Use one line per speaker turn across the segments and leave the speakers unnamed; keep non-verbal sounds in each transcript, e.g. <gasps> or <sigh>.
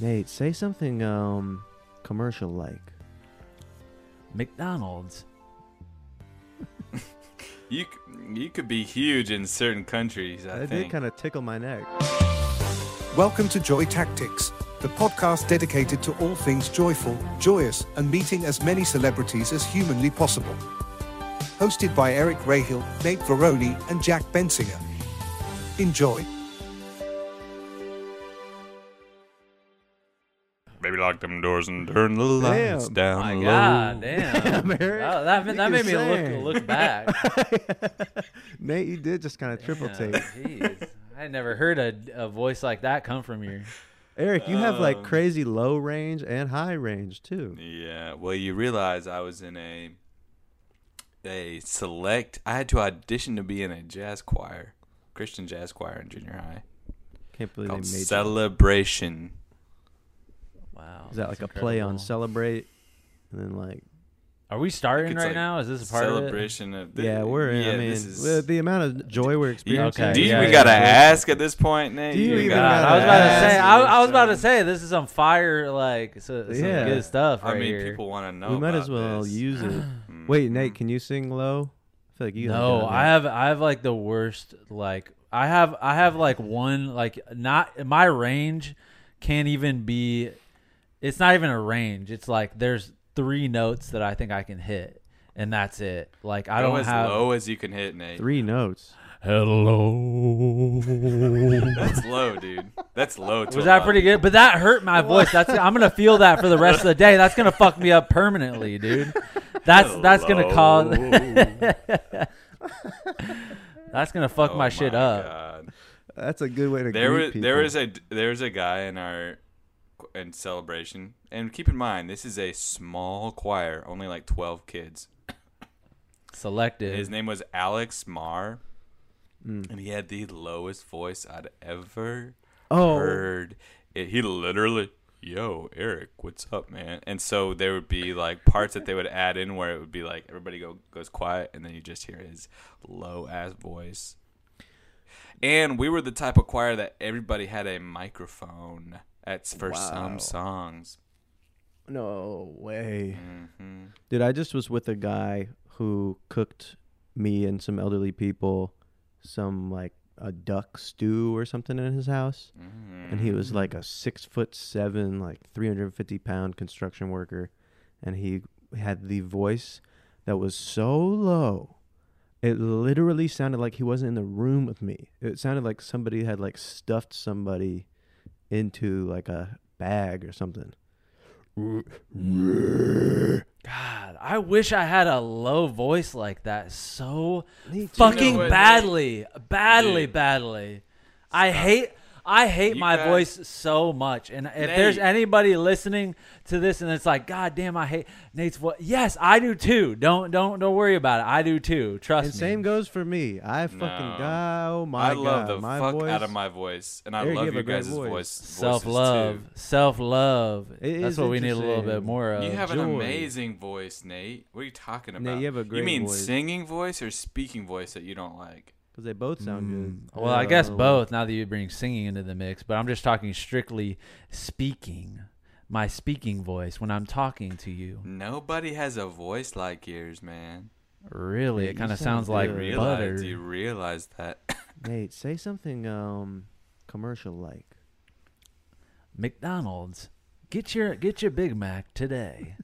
Nate, say something um commercial like.
McDonald's.
You c- you could be huge in certain countries.
That
I
did
think.
kind of tickle my
<laughs>
neck.
Welcome to Joy Tactics, the podcast dedicated to all things joyful, joyous, and meeting as many celebrities as humanly possible. Hosted by Eric Rahill, Nate Veroni, and Jack Bensinger. Enjoy.
Maybe lock them doors and turn the lights
Damn.
down
My
low.
<laughs>
God, damn.
Damn, Eric.
Wow, that ma-
Think
that
you're
made me
saying.
look look back.
<laughs> Nate, you did just kind of triple
Damn,
take.
jeez. I had never heard a, a voice like that come from you.
Eric, you have
Um,
like crazy low range and high range too.
Yeah. Well, you realize I was in a a select. I had to audition to be in a jazz choir, Christian jazz choir in junior high
Can't believe they
called
made you-
Celebration.
Wow.
Is that
that's
like a play on
incredible.
celebrate? And then like
Are we starting
It's
right
like
now? Is this a part of it?
Celebration of, the,
yeah, we're in.
Yeah,
I mean,
this is-
the- the amount of joy we're experiencing.
Okay,
do you
yeah,
even
yeah,
gotta
yeah.
ask at this point, Nate?
Do you even
God,
gotta
I was about to
ask
say. I,
your
I was about to
son.
say this is on fire. Like so, some
Yeah.
good stuff right
I mean,
here.
people want to know.
we might
about
as well
this. Mm-hmm.
use
<clears throat>
it. Wait, Nate, can you sing low? I feel like you. haven't
No,
done
I
that.
have I have like the worst like I have I have like one like not my range can't even be it's not even a range. It's like there's three notes that I think I can hit and that's it. Like I
Go
don't
as
have
low as you can hit, Nate.
three notes.
hello.
That's low, dude. That's low. to
Was
a
that
lot.
pretty good? But that hurt my voice. That's I'm gonna feel that for the rest of the day. That's gonna fuck me up permanently, dude. That's that's gonna cause <laughs> that's gonna fuck
Oh
my shit up.
God.
That's a good way to.
There
greet
was
people.
there was a there was a guy in our in celebration, and keep in mind this is a small choir, only like twelve kids.
Selected.
His name was Alex Marr, and he had the lowest voice I'd ever
Oh.
heard. It, he literally, yo, Eric, what's up, man? And so there would be like parts that they would add in where it would be like everybody go goes quiet, and then you just hear his low ass voice. And we were the type of choir that everybody had a microphone at for
Wow.
some songs. Mm-hmm.
No way. Dude, I just was with a guy who cooked me and some elderly people some like a duck stew or something in his house. And he was like a six foot seven, like 350 pound construction worker. And he had the voice that was so low. It literally sounded like he wasn't in the room with me. It sounded like somebody had like stuffed somebody into like a bag or something.
God, I wish I had a low voice like that so
Me too.
fucking
You know what,
badly, badly,
Dude.
badly. I hate. I hate
You
my
guys-
voice so much, and if there's
Nate.
anybody listening to this, and it's like, God damn, I hate Nate's voice. Yes, I do too. Don't don't don't worry about it. I do too. Trust
And
me.
same goes for me. I fucking
No.
die. Oh my
I love
god,
the
my
fuck
voice.
out of my voice, and I
Eric, you
love
have
you
a great
guys'
voice.
voice.
Self love, self love.
It
That's
is
what we need a little bit
interesting.
more of.
You have an
Uh, joy.
amazing voice, Nate. What are you talking about?
Nate, you have a great
You mean
voice.
singing voice or speaking voice that you don't like?
because they both sound good.
Mm, Well, I guess both now that you bring singing into the mix, but I'm just talking strictly speaking, my speaking voice when I'm talking to you.
Nobody has a voice like yours, man.
Really,
Yeah,
it
you
kind of
sound
sounds like
good.
Realize
butter.
you realize
<coughs>
that.
Nate, say something um commercial like.
McDonald's, get your get your Big
<laughs>
Mac today.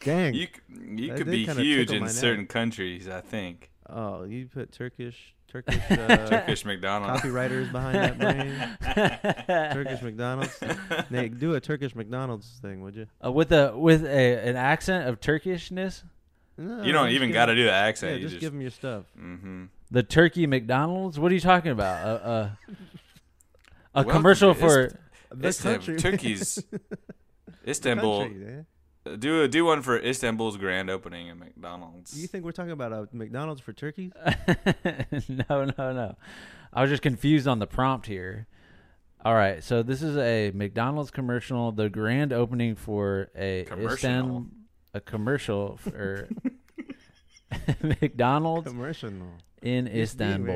Dang.
you c- you
That
could
did
be
kinda
huge
tickle
in
my neck.
certain countries,
<coughs>
I think.
oh, you put Turkish
<laughs>
Turkish <laughs> uh,
Turkish McDonald's.
copywriters behind that
<laughs>
brain.
Uh,
Turkish McDonald's. Nate, do a Turkish McDonald's thing, would you?
Uh, with a with a an accent of Turkishness,
No,
You don't
uh, just
even
give
got to
him-
do the
Yeah,
accent.
just,
you
give them your stuff.
Mm-hmm.
the Turkey McDonald's. What are you talking about? Uh, uh, a
Welcome
commercial
to
for
Ist-
<laughs>
Istanbul, Turkey's Istanbul.
Country, yeah.
Do a, do one for Istanbul's grand opening at McDonald's.
You think we're talking about a McDonald's for turkeys?
<laughs> no, no, no. I was just confused on the prompt here. All right, so this is a McDonald's commercial, the grand opening for a
Commercial.
Istan- a
<laughs>
commercial for <laughs> McDonald's
Commercial. It's being
in
very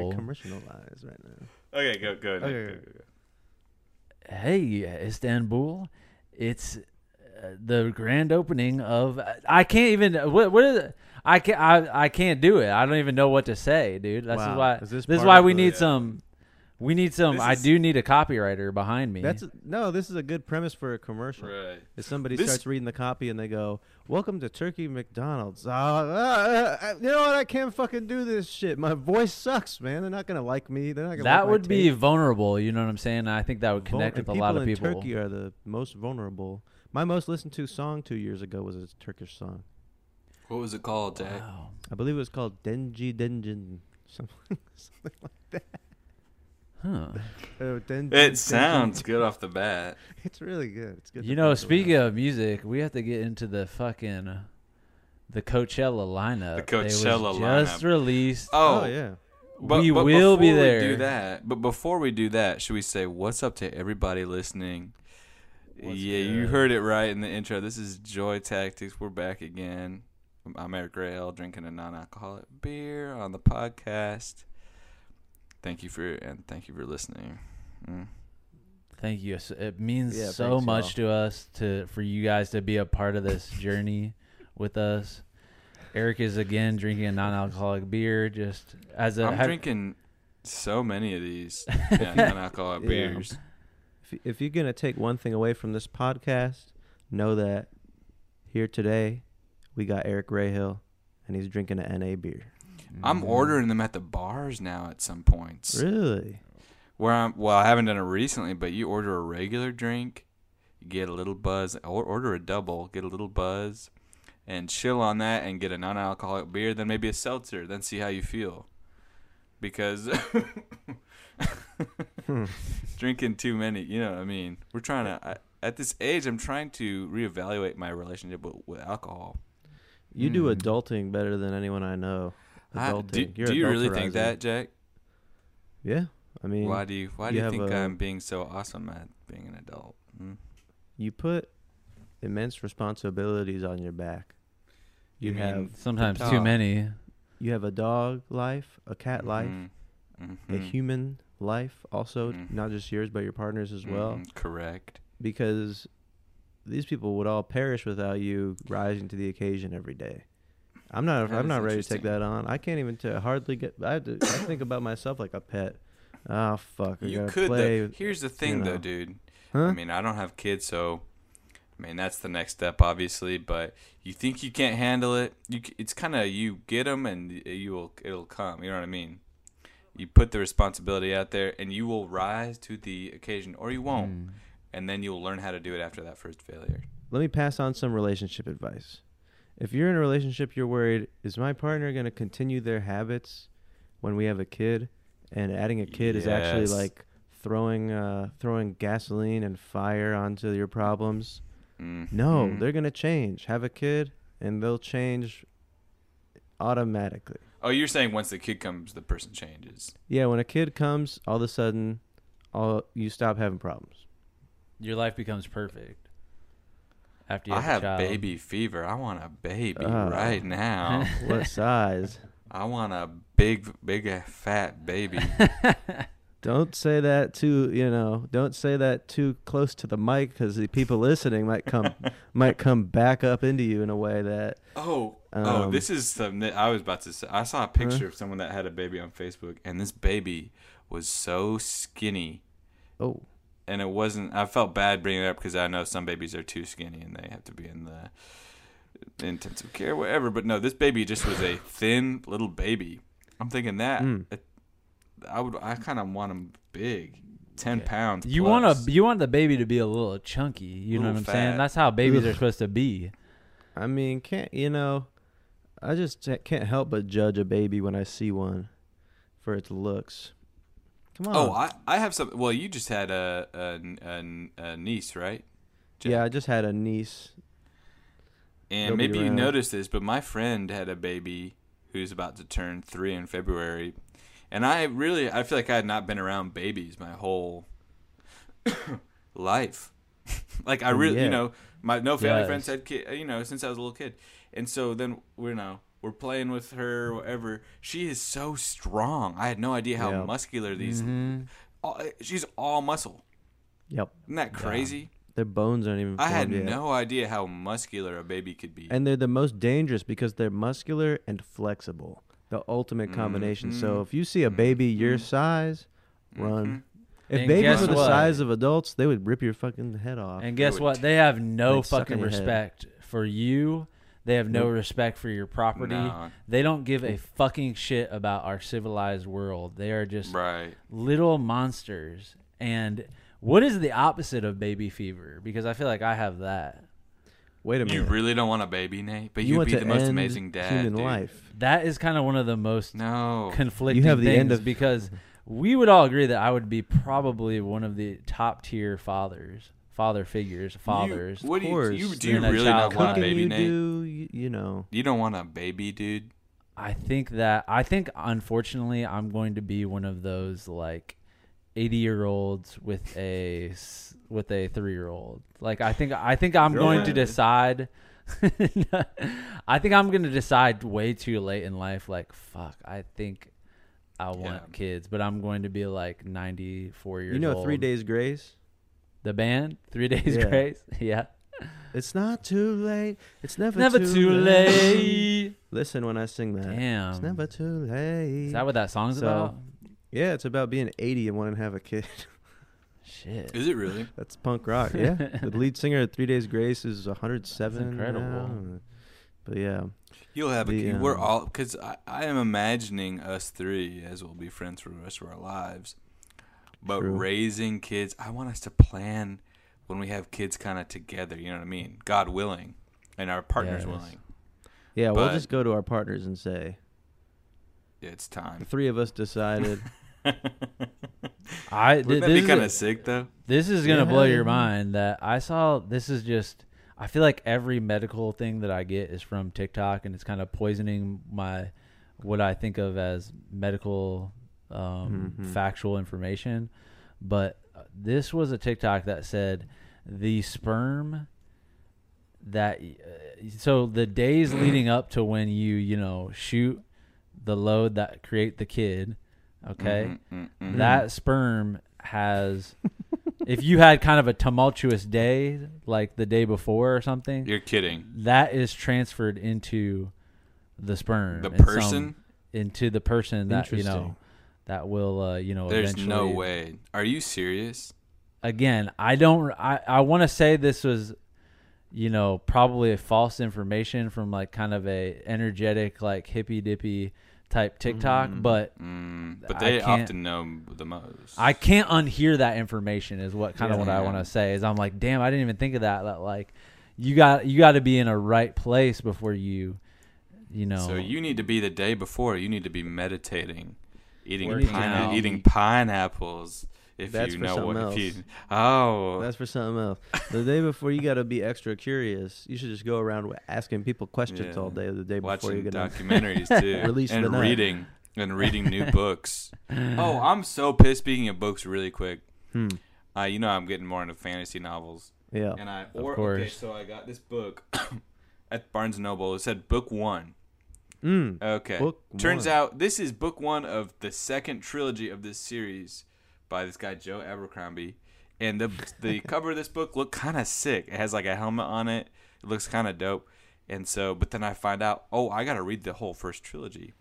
Istanbul.
Commercialized right now.
okay, go go. Nick,
Okay.
go, go, go.
hey, Istanbul, it's uh, the grand opening of. I can't even. What, what is it? I can't. I, I can't do it. I don't even know what to say, dude. That's
Wow.
why.
Is this
this is
part
why
of
we
the- uh,
need some. We need some.
This
I
is-
do need a copywriter behind me.
That's no. This is a good premise for a commercial.
Right.
If somebody
This-
starts reading the copy and they go, "Welcome to Turkey McDonald's," uh, uh, uh, you know what? I can't fucking do this shit. My voice sucks, man. They're not gonna like me. They're not gonna. like
that
my
would be
taste.
vulnerable. You know what I'm saying? I think that would
Vul-
connect
and
with a lot of people.
in Turkey are the most vulnerable. My most listened to song two years ago was a Turkish song.
What was it called, Jack?
Wow.
I believe it was called Denji Denjin. Something, something like
Huh.
that. Oh, Denji, <laughs>
It
Denjin.
sounds good off the bat.
It's really good. It's <laughs> good. to
You know,
bounce
speaking
around.
of music, we have to get into the fucking the Coachella lineup.
The Coachella
they was just
lineup.
released.
<laughs> Oh, yeah.
We will be
before We
there.
do that, but before we do that, should we say what's up to everybody listening? yeah, you
good?
heard it right in the intro. This is Joy Tactics. We're back again. I'm Eric Rail, drinking a non-alcoholic beer on the podcast. Thank you for and thank you for listening. Mm.
Thank you. So- It means
Yeah,
so
thanks,
much to us to for you guys to be a part of this journey with us. Eric is again drinking a non-alcoholic beer. Just as a
I'm
have- <laughs>
drinking so many of these yeah, non-alcoholic
Yeah.
beers.
Mm-hmm. If, if you're going to take one thing away from this podcast, know that here today we got Eric Rahill and he's drinking an NA beer.
I'm ordering them at the bars now at some points.
Really?
Where I'm well, I haven't done it recently, but you order a regular drink, you get a little buzz, or order a double, get a little buzz, and chill on that, and get a non-alcoholic beer, then maybe a seltzer, then see how you feel, because <laughs>
Hmm.
drinking too many, you know what I mean. We're trying to I, at this age, I'm trying to reevaluate my relationship with, with alcohol.
You do
Hmm.
adulting better than anyone I know.
I-
Adulting.
do
You're
do you really think
adulterizing.
that, Jack?
Yeah. I mean,
Why do you Why do
you
you
have
think
a-
i I'm being so awesome at being an adult? Hmm?
you put immense responsibilities on your back. <laughs> You,
You mean-
have
sometimes
the
too
dog.
many.
you have a dog life, a cat life,
Mhm.
a
Mhm.
human life also,
Mhm.
not just yours but your partners as well.
Mhm, correct.
because these people would all perish without you rising to the occasion every day. I'm not.
That
I'm
is
not ready to take
interesting.
that on. I can't even t- hardly get. I, have to, I think about myself like a pet. Oh fuck! I
You
gotta
could.
play.
Though. Here's the thing,
know.
though, dude.
Huh?
I mean, I don't have kids, so I mean that's the next step, obviously. But you think you can't handle it? You, c- it's kind of you get them, and y- you will. It'll come. You know what I mean? You put the responsibility out there, and you will rise to the occasion, or you won't.
Hmm. Mm.
And then you'll learn how to do it after that first failure.
Let me pass on some relationship advice. If you're in a relationship, you're worried: is my partner going to continue their habits when we have a kid? And adding a kid is actually
Yes.
like throwing uh, throwing gasoline and fire onto your problems. No,
Mhm.
they're gonna change. Have a kid, and they'll change automatically.
Oh, you're saying once the kid comes, the person changes.
Yeah, when a kid comes, all of a sudden, all you stop having problems.
Your life becomes perfect after you
I
have, a
have
child. <laughs> Uh.
baby fever. I want a baby
Ah.
right now. <laughs>
What size?
I want a big, big, uh, fat
<laughs>
baby.
Don't say that too. You know, don't say that too close to the mic because the people listening might
<laughs>
come might come back up into you in a way that
oh, oh,
Um,
this is something I was about to say. I saw a picture of someone that had a baby on Facebook, and this baby was so skinny.
oh
And it wasn't. I felt bad bringing it up because I know some babies are too skinny and they have to be in the intensive care, whatever. But no, this baby just was a thin little baby. I'm thinking that
Hmm.
Mm.
it- I would. I kind of want him big, ten pounds.
You
plus.
want to you want the baby to be a little chunky. You know
Little
what I'm
fat.
saying? That's how babies are
Ugh.
supposed to be.
I mean, can't you know? I just t- can't help but judge a baby when I see one for its looks. Come on.
Oh, I, I have some. Well, you just had a a, a, a niece, right?
yeah, I just had a niece
And
They'll be
maybe you
around.
noticed this, but my friend had a baby who's about to turn three in February, and I really I feel like I had not been around babies my whole <coughs> life. <laughs> like I really,
Yeah.
you know, my no family
Yes.
friends had kid, you know, since I was a little kid, and so then we're now we're playing with her, or whatever. She is so strong. I had no idea how
Yeah. Mm-hmm.
muscular these. All, she's all uh, muscle.
Yep.
Isn't that crazy?
Their bones aren't even.
I had
formed yet.
no idea how muscular a baby could be.
And they're the most dangerous because they're muscular and flexible. The ultimate combination. So if you see a baby your size,
Mm-hmm.
run. If
And
babies
guess
were the
what?
size of adults, they would rip your fucking head off.
And guess
would
what? They have no
like, suck
fucking
on your head.
respect for you. They have no respect for your property.
No.
They don't give a fucking shit about our civilized world. They are just
right.
little monsters. And what is the opposite of baby fever? Because I feel like I have that.
Wait a minute.
You really don't want a baby, Nate, but
You
you would
want
be
to
the most
end
amazing dad.
human
dude.
life.
That is kind of one of the most
No.
conflicting
You have the
things
end of-
because
<laughs>
we would all agree that I would be probably one of the top tier fathers, father figures, fathers.
You, what do you,
course,
you do?
they're
You
not
really not
child
want a
life.
Cooking
baby,
you
Nate?
do, you, you know.
You don't want a baby, dude.
I think that I think unfortunately I'm going to be one of those like 80 year olds with a s- with a 3 year old. Like I think I think I'm
Throw
going
it
to
in.
decide <laughs> I think I'm going to decide way too late in life like fuck I think I want
Yeah.
kids, but I'm going to be like 94 years
You know,
old.
Three Days Grace?
The band 3 days
Yeah.
grace. <laughs> Yeah.
It's not too late. It's never,
Never
too,
too
late.
late.
Listen when I sing that.
Damn.
It's never too late.
Is that what that song's
So-
about?
yeah, it's about being 80 and wanting to have a kid.
Shit.
Is it really?
That's punk rock. Yeah. the lead singer of Three Days Grace is 107.
That's incredible.
now. But yeah.
You'll have a
The,
kid. We're
um,
all because I, I am imagining us three as we'll be friends for the rest of our lives. But
True.
raising kids, I want us to plan when we have kids, kind of together. You know what I mean? God willing, and our partners
Yes.
willing.
Yeah,
But-
we'll just go to our partners and say,
It's
the
time.
three of us decided.
I th-
Wouldn't that
this
be
is
kind
a-
of sick though?
This is gonna blow
Yeah.
your mind that I saw this is just I feel like every medical thing that I get is from TikTok and it's kind of poisoning my what I think of as medical um,
Mhm.
factual information. But uh, this was a TikTok that said the sperm that uh, so the days leading up to when you you know shoot the load that create the kid, okay?
Mm, mm, mm.
that sperm has if you had kind of a tumultuous day like the day before or something
You're kidding.
that is transferred into the sperm
The
in some-
person?
into the person that you know
Interesting.
that will uh, you know
There's
eventually
no way. Are you serious?
again i don't i, I want to say this was you know probably a false information from like kind of a energetic like hippy dippy type tiktok but
Mm,
I
but they
can't-
often know the most.
I can't unhear that information is what kind of
Yeah.
what I want to say is I'm like, damn, I didn't even think of that. That like, you got you got to be in a right place before you, you know.
So you need to be the day before. You need to be meditating, eating
Working
pine-
out.
eating pineapples. If
That's
you
for
know what,
something
if you oh,
That's for something else. The day before, you got to be extra curious. You should just go around wa- asking people questions
Yeah.
all day the day before
watching
you're going to. <laughs>
documentaries too,
Release the
and
nut.
reading and
<laughs>
reading new books. Oh, I'm so pissed. Speaking of books, really quick,
Hmm.
uh, you know I'm getting more into fantasy novels,
Yeah.
and I or, okay,
course.
so I got this book <coughs> at Barnes and Noble. It said book one.
Mm.
Okay.
Book
Turns
one.
out this is book one of the second trilogy of this series by this guy Joe Abercrombie, and the
<laughs>
the cover of this book looked kind of sick. It has like a helmet on it. It looks kind of dope. And so, but then I find out, oh, I gotta read the whole first trilogy.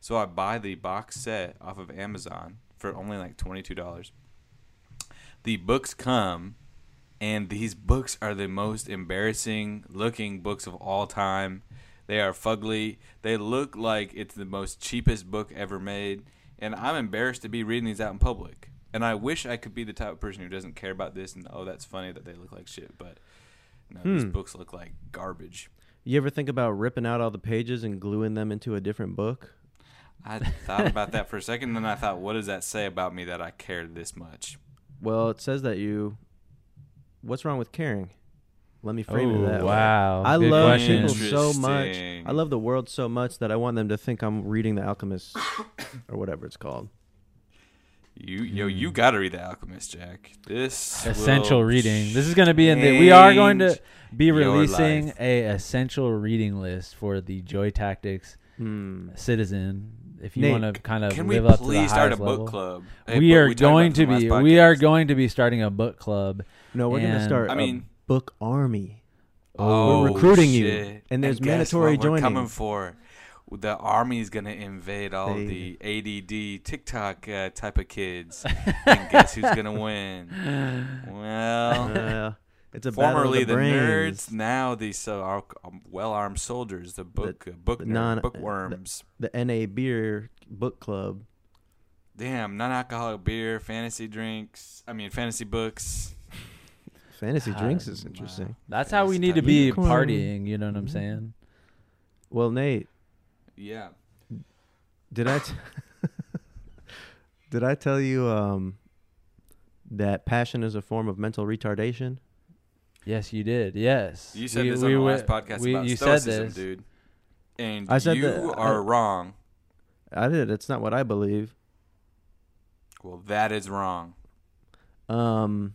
So I buy the box set off of Amazon for only like twenty two dollars. The books come, and these books are the most embarrassing looking books of all time. They are fugly. They look like it's the most cheapest book ever made, and I'm embarrassed to be reading these out in public. And I wish I could be the type of person who doesn't care about this and oh, that's funny that they look like shit, but no,
Hmm.
these books look like garbage.
You ever think about ripping out all the pages and gluing them into a different book?
I thought about that for a second, then I thought, what does that say about me that I care this much?
Well, it says that you. What's wrong with caring? Let me frame
Oh,
it that way.
wow.
I
Good
love people
question.
so much. I
Interesting.
love the world so much that I want them to think I'm reading The Alchemist or whatever it's called.
You yo, you gotta read The Alchemist, Jack. This
Hmm. essential
will
reading. This is going to be in the. We are going to
change
be
your
releasing
life.
a essential reading list for the Joy Tactics
Hmm.
Citizen if you
Nate,
want to kind of
Can we
live up to the
please start a
highest level.
book club?
we
but
are
talked about
going
it
to
in the
be
last
we are
podcast.
going to be starting a book club.
<sighs>
<sighs>
No, we're gonna
And-
start.
I mean-
a book army.
Oh,
we're recruiting you,
shit.
and there's
guess
mandatory
what we're
joining.
coming for the army is gonna invade all
They-
the ADD TikTok uh, type of kids. and guess who's
<laughs>
gonna win? Well,
Uh, it's a
formerly
battle of the,
the,
brains,
nerds, now the so, our, um, well-armed soldiers, the book uh, book
the
nerd,
non-
bookworms.
the NA beer book club.
Damn, non-alcoholic beer, fantasy drinks. I mean, fantasy books.
Fantasy
God,
drinks is
wow.
interesting.
That's how we need to
Facetime.
be
Unicorn. Mm-hmm.
partying. You know what I'm saying?
Well, Nate,
Yeah.
did I t- <laughs> did I tell you um, that passion is a form of mental retardation?
Yes, you did. Yes,
You said
We-
this
we
on the
were-
last podcast
we-
about
you said
stoicism,
this.
dude. And
I said
you
that- I-
are wrong.
I did. It's not what I believe.
Well, that is wrong.
Um.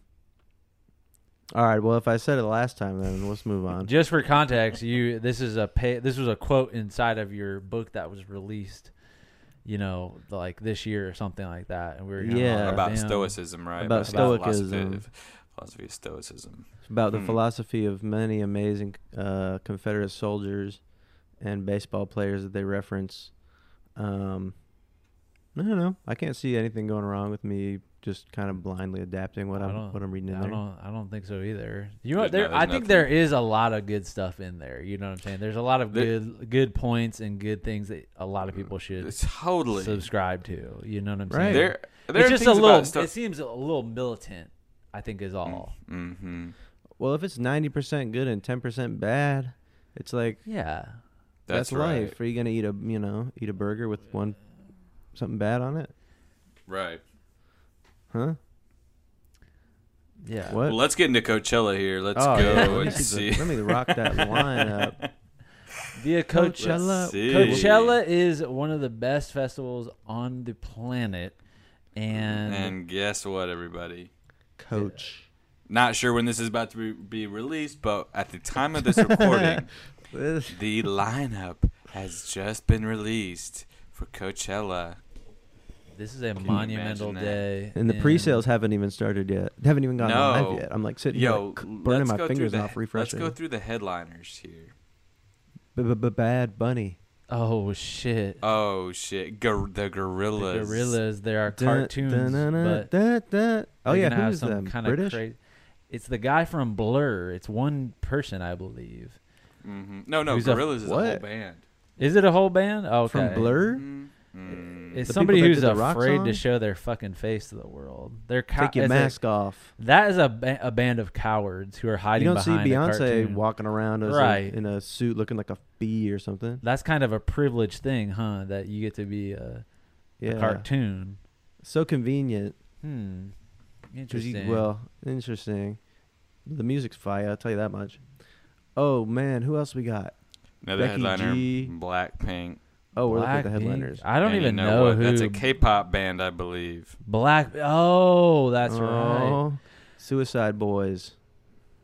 All right. Well, if I said it last time, then let's move on.
Just for context, you this is a pay, this was a quote inside of your book that was released, you know, like this year or something like that. And we were kinda
Yeah.
like,
about
damn.
stoicism, right?
About
philosophy
stoicism.
of- philosophy of stoicism.
It's about the
Hmm.
philosophy of many amazing uh, Confederate soldiers and baseball players that they reference. Um, I don't know. I can't see anything going wrong with me just kind of blindly adapting what
I
I'm
don't-
what I'm reading in
I
there.
don't. I don't think so either. You know,
There's
there.
no-
I
there's
think
nothing.
there is a lot of good stuff in there. You know what I'm saying? There's a lot of
There-
good good points and good things that a lot of people should
It's totally
subscribe to. You know what I'm
Right.
saying?
there. There
it's
are
just
things
a little.
about sto-
it seems a little militant. I think is all.
Mhm.
Well, if it's ninety percent good and ten percent bad, it's like
Mm.
Yeah.
that's,
That's, right.
life. Are you gonna eat a you know eat a burger with one something bad on it?
Right.
Huh?
Yeah.
What?
Well, let's get into Coachella here. Let's
Oh, yeah,
go
let, me,
and see.
let me rock that line up.
The Coachella.
<laughs> Let's see.
Coachella is one of the best festivals on the planet, and,
And guess what, everybody?
Coach.
Not sure when this is about to be, be released, but at the time of this recording, the lineup has just been released for Coachella.
this is a
you
monumental
imagine that?
day.
And the pre-sales haven't even started yet. They haven't even gone
No.
live yet. I'm like sitting
Yo,
here like, burning
let's
my
go through
fingers
the-
off refreshing.
Let's go through the headliners here.
Bad Bunny.
Oh shit!
Oh shit, Gor- the
The
gorillas.
gorillas. There are
Dun-
cartoons,
dun- dun- dun-
but
dun- dun. Oh
they're
yeah,
gonna have
who's
some
them?
kinda
British.
cra- it's the guy from Blur. It's one person, I believe.
hmm No, no,
Who's a-
gorillas is a whole
what?
band.
Is it a whole band? Oh, okay.
From Blur?
Mm, mm.
It's
The
somebody
people that
who's
did the rock
afraid
song?
to show their fucking face to the world. They're co-
Take your
it's a-
mask off.
That is a, ba- a band of cowards who are
You
hiding.
don't see
behind a
Beyonce
cartoon.
walking around as a-
Right.
in a suit looking like a bee or something.
That's kind of a privileged thing, huh? That you get to be a,
Yeah,
a cartoon.
so convenient.
Hmm.
'cause you-
Interesting.
well, interesting. The music's fire. I'll tell you that much. Oh man, who else we got?
Another
Becky
headliner,
G.
Blackpink.
Oh, we're looking at the
Blackpink.
headliners.
I don't
And you
even know,
what?
who.
That's a K-pop band, I believe.
Black. Oh, that's right.
Oh, Suicide Boys.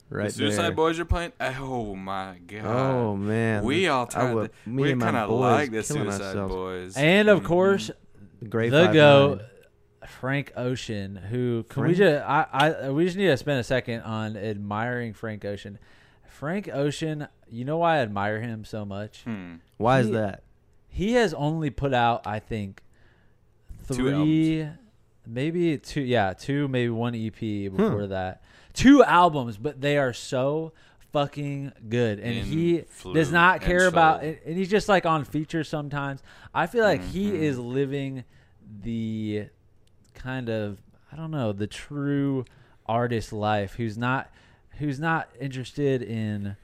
Right
the Suicide
there.
Boys are playing. Oh my god.
Oh man,
we all
I
kind
would,
of
me
we
and my
kind of
boys
like the
killing
Suicide
ourselves.
Boys.
And of
Mhm.
course,
The Gray
the
Five
go,
Nine.
Frank Ocean. Who can we
Frank?
just? I, I we just need to spend a second on admiring Frank Ocean. Frank Ocean. You know why I admire him so much?
Hmm.
Why is
He-
that?
He has only put out, I think,
Two
three, maybe two. Yeah, two, maybe one EP
Hmm.
before that. Two albums, but they are so fucking good, and
In
he does
flute
not
and
care about.
soul.
And, and he's just like on features sometimes. I feel like
Mm-hmm.
he is living the kind of I don't know the true artist life. Who's not who's not interested in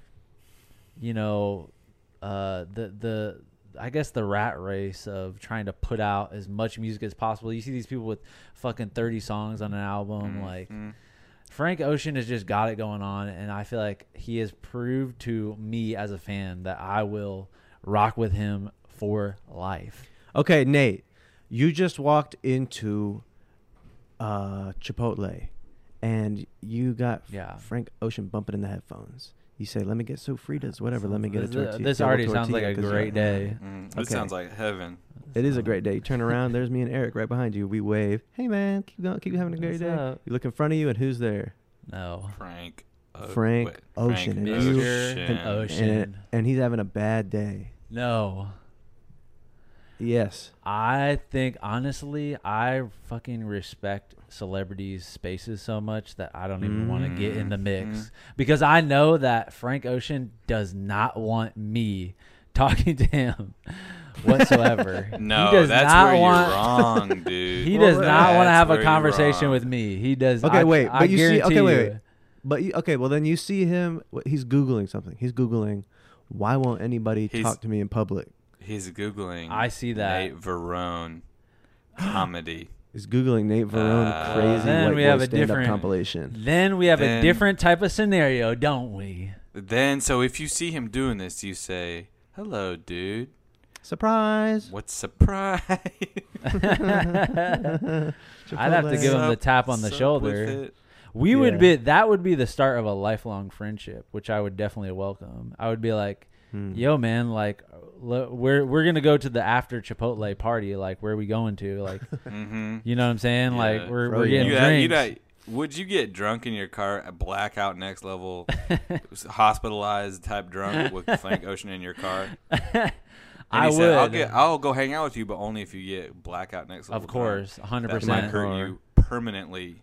you know uh, the the I guess the rat race of trying to put out as much music as possible. You see these people with fucking thirty songs on an album.
Mm-hmm.
Like Frank Ocean has just got it going on, and I feel like he has proved to me as a fan that I will rock with him for life.
Okay, Nate, you just walked into uh, Chipotle, and you got
Yeah.
Frank Ocean bumping in the headphones. You say, "Let me get sofritas, whatever. Let me get a
This-
tortilla."
This
double
already sounds like
tortilla,
a
'cause you're-
great day.
Mm, This
Okay.
sounds like heaven.
It is a great day. You
<laughs>
turn around, there's me and Eric right behind you. We wave, "Hey man, keep going, keep having a great
What's
day."
up?
You look in front of you, and who's there?
No.
Frank.
Frank Ocean,
Frank
and you-
Ocean.
and Ocean.
And, and he's having a bad day.
No.
Yes,
I think honestly, I fucking respect celebrities' spaces so much that I don't even want to get in the
Mm-hmm.
mix because I know that Frank Ocean does not want me talking to him <laughs>
<laughs>
whatsoever.
No,
He does
that's
not
where
want-
you're wrong,
<laughs>
dude.
He does
Well,
not want to
That's
have a
where you're
conversation
wrong.
with me. He does.
Okay,
I-
wait,
I
but you see-
guarantee
okay, wait,
you.
wait. but you, okay. Well, then you see him. wh- He's googling something. He's googling. Why won't anybody
He's-
talk to me in public?
He's googling.
I see that.
Nate Verone comedy.
He's googling Nate Verone
Uh,
crazy
then
white
we have
boy
a
stand-up
different-
compilation.
Then we have
Then-
a different type of scenario,
<laughs>
don't we? <laughs>
Then, so if you see him doing this, you say, "Hello, dude.
Surprise!
What surprise!"
I'd have to
Chipotle.
<laughs> give him the
Sup-
tap on the
sup
shoulder.
with it?
We would
Yeah.
be that would be the start of a lifelong friendship, which I would definitely welcome. I would be like,
Hmm.
"Yo, man, like, l- we're we're gonna go to the after Chipotle party. Like, where are we going to?
<laughs>
Like, you know what I'm saying? Like,
Yeah.
we're
Bro,
we're
yeah.
getting
Mm-hmm. You
You
had-
drinks.
you had- would you get drunk in your car, a blackout
<laughs>
next level, hospitalized type drunk with Frank Ocean in your car? And
I
he
would,
Said, I'll, get, I'll go hang out with you, but only if you get blackout next level.
of course,
drunk.
100.
that might
percent
hurt you permanently.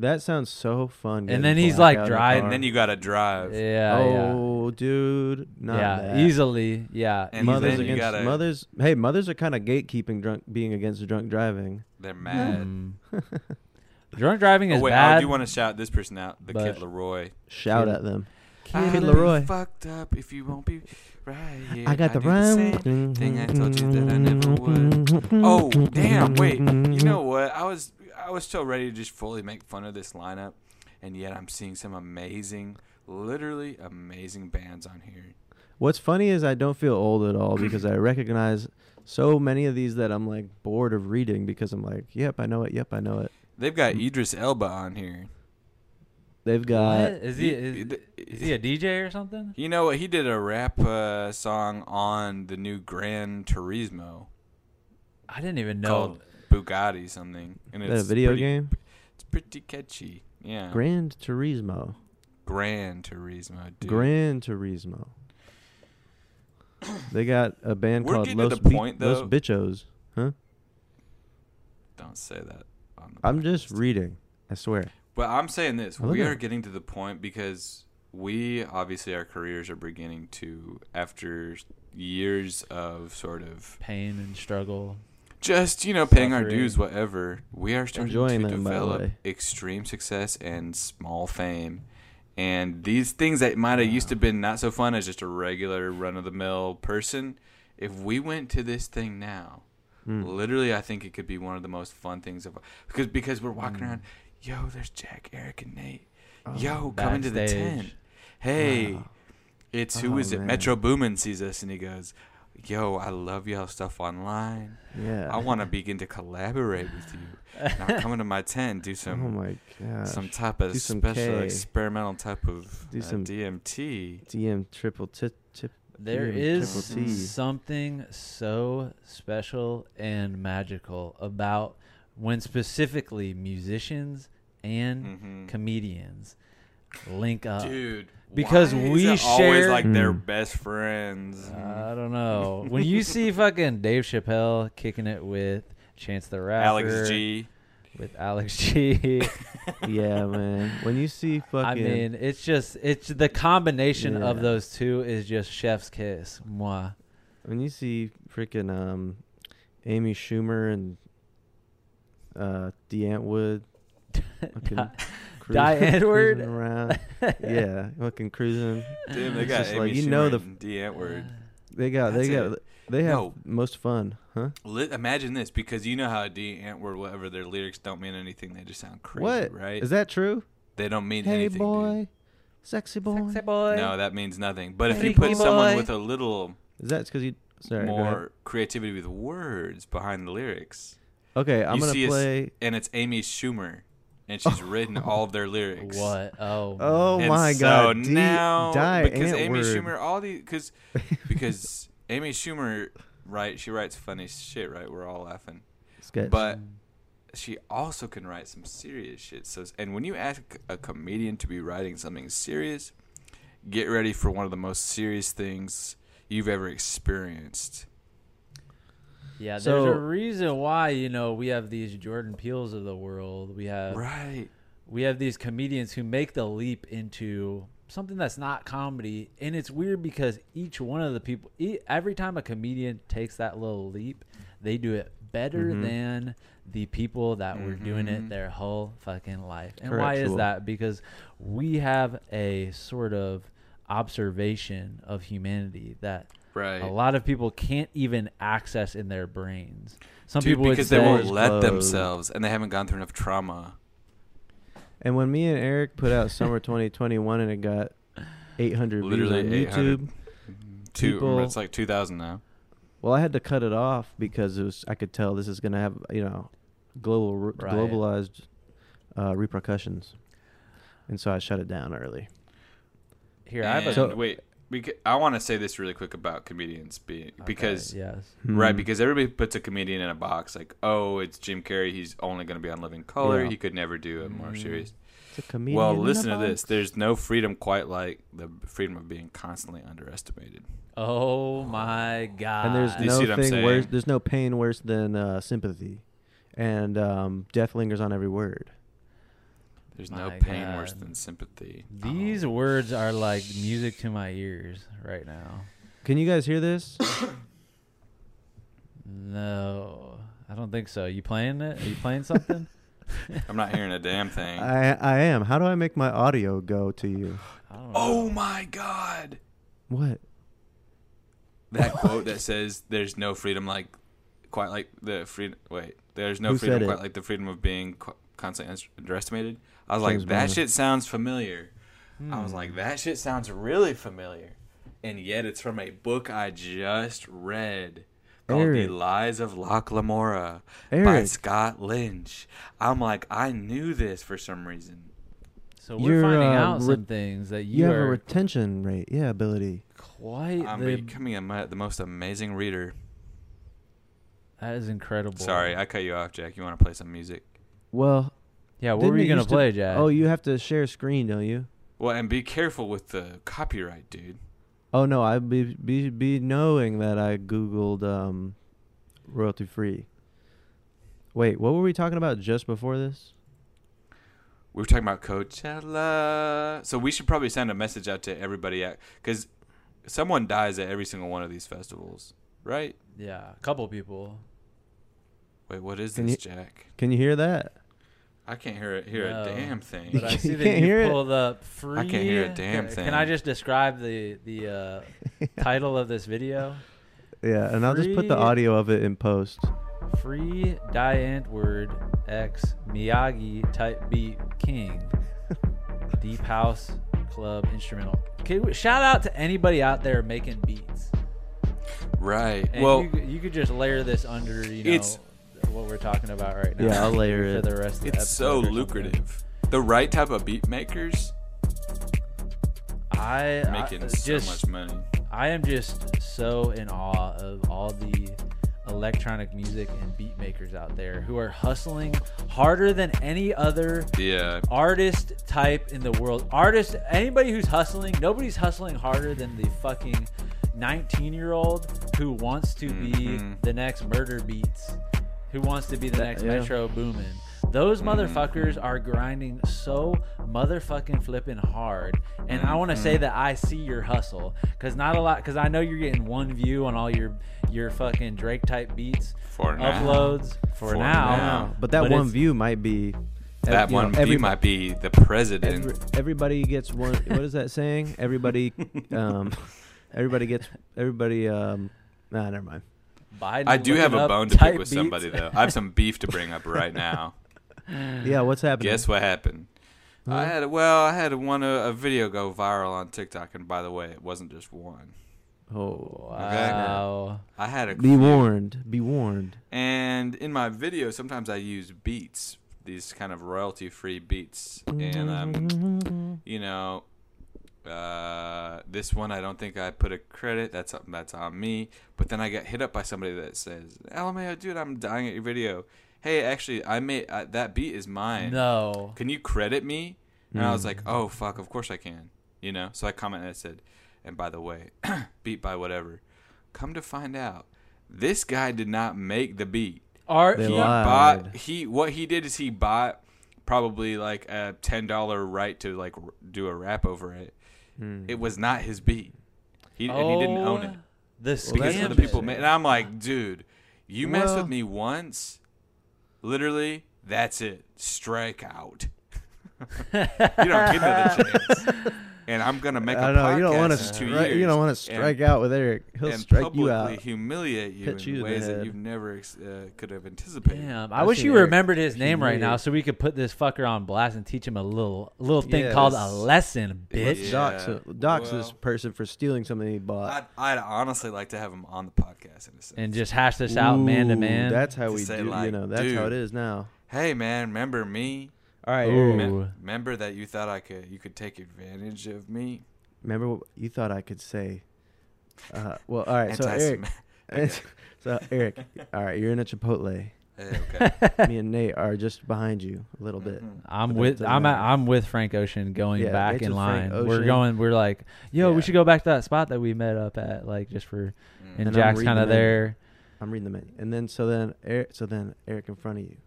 That sounds so fun.
And
getting
then he's,
blacked
like,
out in the
dry-
car.
And then you gotta drive.
Yeah,
Oh, dude, not
yeah, yeah,
that.
easily, yeah.
And
mothers
then you
against
gotta-
mothers. Hey, mothers are kind of gatekeeping drunk being against drunk driving.
They're mad.
Mm.
<laughs>
Drunk driving
Oh,
Mm-hmm. is
wait, I
bad.
do want to shout this person out, the
but-
kid Leroy.
Shout
Kid-
at them.
I'll
Kid
be
Leroy.
Fucked up if you won't be right here.
I got the
do
rhyme. Mm-hmm.
same thing I told you that I never would. Oh damn! Wait, you know what? I was I was so ready to just fully make fun of this lineup, and yet I'm seeing some amazing, literally amazing bands on here.
What's funny is I don't feel old at all because
<clears throat>
I recognize so many of these that I'm like bored of reading because I'm like, yep, I know it. Yep, I know it.
They've got Idris Elba on here.
They've
What?
got
is he
you-
is,
th-
is he a DJ or something?
You know what? He did a rap uh, song on the new Gran Turismo
I didn't even know.
called Bugatti something, and
that
it's
a video
pretty-
game.
It's pretty catchy. Yeah.
Grand Turismo.
Gran Turismo, dude.
Gran
<clears throat>
Turismo. They got a band
We're
called
getting to
Los,
the
Bi-
point,
Los
though.
Bichos. Huh?
Don't say that. On the
I'm just
podcast.
reading. I swear.
But I'm saying this:
Look
we
at
are
it.
getting to the point because we obviously our careers are beginning to after years of sort of
pain and struggle.
just you know paying our
Suffering.
dues, whatever. We are starting
Enjoying
to
them, by the
develop
way.
extreme success and small fame. And these things that might have used to been not so fun as just a regular run of the mill person, if we went to this thing now,
Hmm.
literally, I think it could be one of the most fun things of because because we're walking
Hmm.
around. Yo, there's Jack, Eric, and Nate.
Oh,
Yo, coming to the
backstage.
tent. Hey, it's who
Oh,
is it?
man.
Metro Boomin sees us and he goes, "Yo, I love y'all stuff online.
Yeah.
I want to begin to collaborate with you.
<laughs>
Now come into my tent and
<laughs>
do
Oh
some
my god.
some type of
Do some
special
K.
experimental type of
Do
uh,
some-
DMT.
DM triple tip tip.
There
DM
is
triple T.
something so special and magical about when specifically musicians and comedians link up.
Mm-hmm. Dude,
Because
why is
we
it always
share-
like their
Hmm.
best friends.
I don't know. when you
<laughs>
see fucking Dave Chappelle kicking it with Chance the Rapper,
Alex G.
with Alex G.
yeah, man. When you see fucking
<laughs> I mean, it's just it's the combination of
Yeah.
those two is just chef's kiss. Moi.
when you see freaking um Amy Schumer and uh Deantwood
<laughs>
fucking cruising,
Di Antwoord?
cruising
<laughs>
around. yeah, fucking cruising.
Damn, they
It's
got
just
Amy
like, you
Schumer
know the-
and D word.
They got they
That's
got they have
No.
most fun, huh?
Li- imagine this because you know how D Antwoord, whatever their lyrics don't mean anything. They just sound crazy,
What is
right?
that true?
they don't mean
Hey
anything.
boy,
dude.
sexy boy.
No, that means nothing. But if you
Freaky
put someone
boy.
with a little
Is that because you? Sorry. go ahead.
more creativity with words behind the lyrics,
Okay, I'm
you
gonna
see it's-
play.
and it's Amy Schumer, and
<laughs>
she's written all of their lyrics.
What? Oh.
Oh
And
my
so
god. D-
now
die,
because
ain't
Amy
word. <laughs>
Schumer, all the because because <laughs> Amy Schumer, right? She writes funny shit, right? We're all laughing,
Sketch.
but she also can write some serious shit. So, and when you ask a comedian to be writing something serious, get ready for one of the most serious things you've ever experienced.
Yeah, there's
So-
a reason why you know we have these Jordan Peels of the world. We have
Right.
we have these comedians who make the leap into something that's not comedy, and it's weird because each one of the people, e- every time a comedian takes that little leap, they do it better
Mm-hmm.
than the people that were doing it their whole fucking life. And why is
Correctual.
that? Because we have a sort of observation of humanity that
Right.
a lot of people can't even access in their brains. Some
Dude,
people would
because
say,
they won't
say-
let
Close.
themselves, and they haven't gone through enough trauma.
And when me and Eric put out Summer 2021 and it got 800
Literally
views on
800.
YouTube,
Two,
People-
it's like two thousand now.
well, I had to cut it off because it was I could tell this is going to have, you know, global
Right.
globalized uh, repercussions. And so I shut it down early.
"Here, I have a
And
So-
wait, beca- I want to say this really quick about comedians being because
Okay, yes,
right
Hmm.
because everybody puts a comedian in a box like oh it's Jim Carrey he's only going to be on Living Color
Yeah. Hmm.
he could never do a more serious.
It's a comedian.
well,
in a
listen to this.
box.
There's no freedom quite like the freedom of being constantly underestimated.
Oh my god!
and there's
you
no
see what I'm
thing worse.
saying?
There's no pain worse than uh, sympathy, and um, death lingers on every word.
There's no
My
pain worse
God.
than sympathy.
These words are like music to my ears right now.
Can you guys hear this?
No, I don't think so. You playing it? Are you playing
<laughs>
something?
I'm not hearing a damn
<laughs>
thing.
I I am. How do I make my audio go to you?
I don't know.
oh my god.
What? <laughs>
that quote that says there's no freedom like quite like the freedom wait there's no
Who said
freedom
it?
quite like the freedom of being qu- constantly un- underestimated i was
James
like that
Brown.
shit sounds familiar i was
Hmm.
like that shit sounds really familiar and yet it's from a book i just read called
Eric.
the lies of loch lamora by
Eric.
scott lynch i'm like i knew this for some reason
So we're
You're,
finding
uh,
out
re-
some things that you,
You have a
are
retention rate, yeah, ability.
quite.
i'm
the,
becoming a, mo- the most amazing reader
that is incredible.
sorry i cut you off jack you want to play some music
Well,
yeah, what
didn't
were
it
you gonna
used to-
play, Jack?
Oh, you have to share screen, don't you?
Well, and be careful with the copyright, dude.
Oh no, I be be be knowing that I googled um, royalty free. Wait, what were we talking about just before this?
We were talking about Coachella, so we should probably send a message out to everybody at because someone dies at every single one of these festivals, right?
yeah, a couple people.
Wait, what is
Can
this,
you-
Jack?
Can you hear that?
I can't hear it. Hear
No.
a damn
But
<laughs>
thing.
I
<laughs>
You
see that
can't hear
you
it?
pulled up free.
I can't hear a damn
Can- Can
thing.
I just describe the the uh, title of this video?
<laughs> Yeah, and I'll just put the
Free-
audio of it in post.
Free Diant Word X Miyagi Type Beat King Deep House Club Instrumental. Okay, w- shout out to anybody out there making beats.
Right.
And
well,
you, c- you could just layer this under, you know,
It's-
what we're talking about right now.
Yeah, I'll layer
for
it.
the rest of the
it's so
episode or something.
lucrative. The right type of beat makers
I I-
making
just
so much money.
I am just so in awe of all the electronic music and beat makers out there who are hustling harder than any other
Yeah.
artist type in the world. Artist, anybody who's hustling, nobody's hustling harder than the fucking 19 year old who wants to be
Mhm.
the next Murder Beats, who wants to be the next
yeah.
Metro Boomin. Those
Mm-hmm.
motherfuckers are grinding so motherfucking flipping hard. And I want to say
Mm-hmm.
that I see your hustle cuz not a lot cuz I know you're getting one view on all your your fucking Drake type beats
For now.
uploads for,
For
now.
now.
But that one
it's-
view might be
That
you know,
one
every-
view might be the president.
every- everybody gets one. what is that saying? Everybody, um, <laughs> everybody gets everybody. Um, nah, never mind.
Biden
I do have
looking
a
up
bone to
type
pick with
beats.
somebody though.
<laughs>
I have some beef to bring up right now.
Yeah, what's happening?
Guess what happened? I had well, I had one uh, a video go viral on TikTok, and by the way, it wasn't just one.
Oh,
Wow.
I had a
be warned. Be warned.
and in my video, sometimes I use beats these kind of royalty free beats, and um,
Hmm.
you know, uh, this one I don't think I put a credit. That's that's on me. But then I get hit up by somebody that says, "LMAO, dude, I'm dying at your video. Hey, actually, I made uh, that beat is mine.
No.
Can you credit me?" And I was like, "Oh fuck, of course I can." You know. So I commented and I said, "And by the way, <clears throat> beat by whatever. Come to find out, this guy did not make the beat."
Are
They
he
lied.
bought he what he did is he bought probably like a ten dollar right to like r- do a rap over it. It was not his beat. He and he didn't own it
The
because
that's
of the
scam
people.
shit.
ma- and I'm like, dude, you mess
Well-
with me once, literally, that's it. Strike out. <laughs> you don't get another
<laughs>
chance. And I'm gonna make a
I don't know.
podcast
You don't want to
in two
strike.
years.
You don't want to
and-
strike out with Eric. He'll
and
strike
publicly
you out.
humiliate you
Hit
in
you in the
ways that
head.
you've never ex- uh, could have anticipated.
Damn, I
I've
wish
seen
you
Eric
remembered his name right now
humiliate.
so we could put this fucker on blast and teach him a little little thing
Yes.
called a lesson,
Let's
bitch.
Yeah.
dox, him- dox this
Well-
person for stealing something he bought.
I'd, I'd honestly like to have him on the podcast in a sense.
And just hash this out man to
Ooh,
man.
That's how
To
we
say,
do. you
like,
know, that's how it
dude.
is now.
hey, man, remember me?
All right,
Ooh.
Eric,
Mem- remember that you thought I could you could take advantage of me?
remember what you thought I could say. Uh, well, all right. So Eric,
Anti-Semitic.
so Eric, <laughs> all right. You're in a Chipotle.
<laughs> Hey, okay.
Me and Nate are just with you a little bit.
Mm-hmm.
I'm
But that
with
doesn't
I'm
matter.
I'm with Frank Ocean going
Yeah,
back
Rachel
in line.
Frank
We're
Ocean.
going we're like, yo,
Yeah.
we should go back to that spot that we met up at, like just
Mm.
for and,
And I'm
Jack's
reading
kinda
the menu.
there.
I'm reading the menu, and then so then Eric, so then Eric in front of you,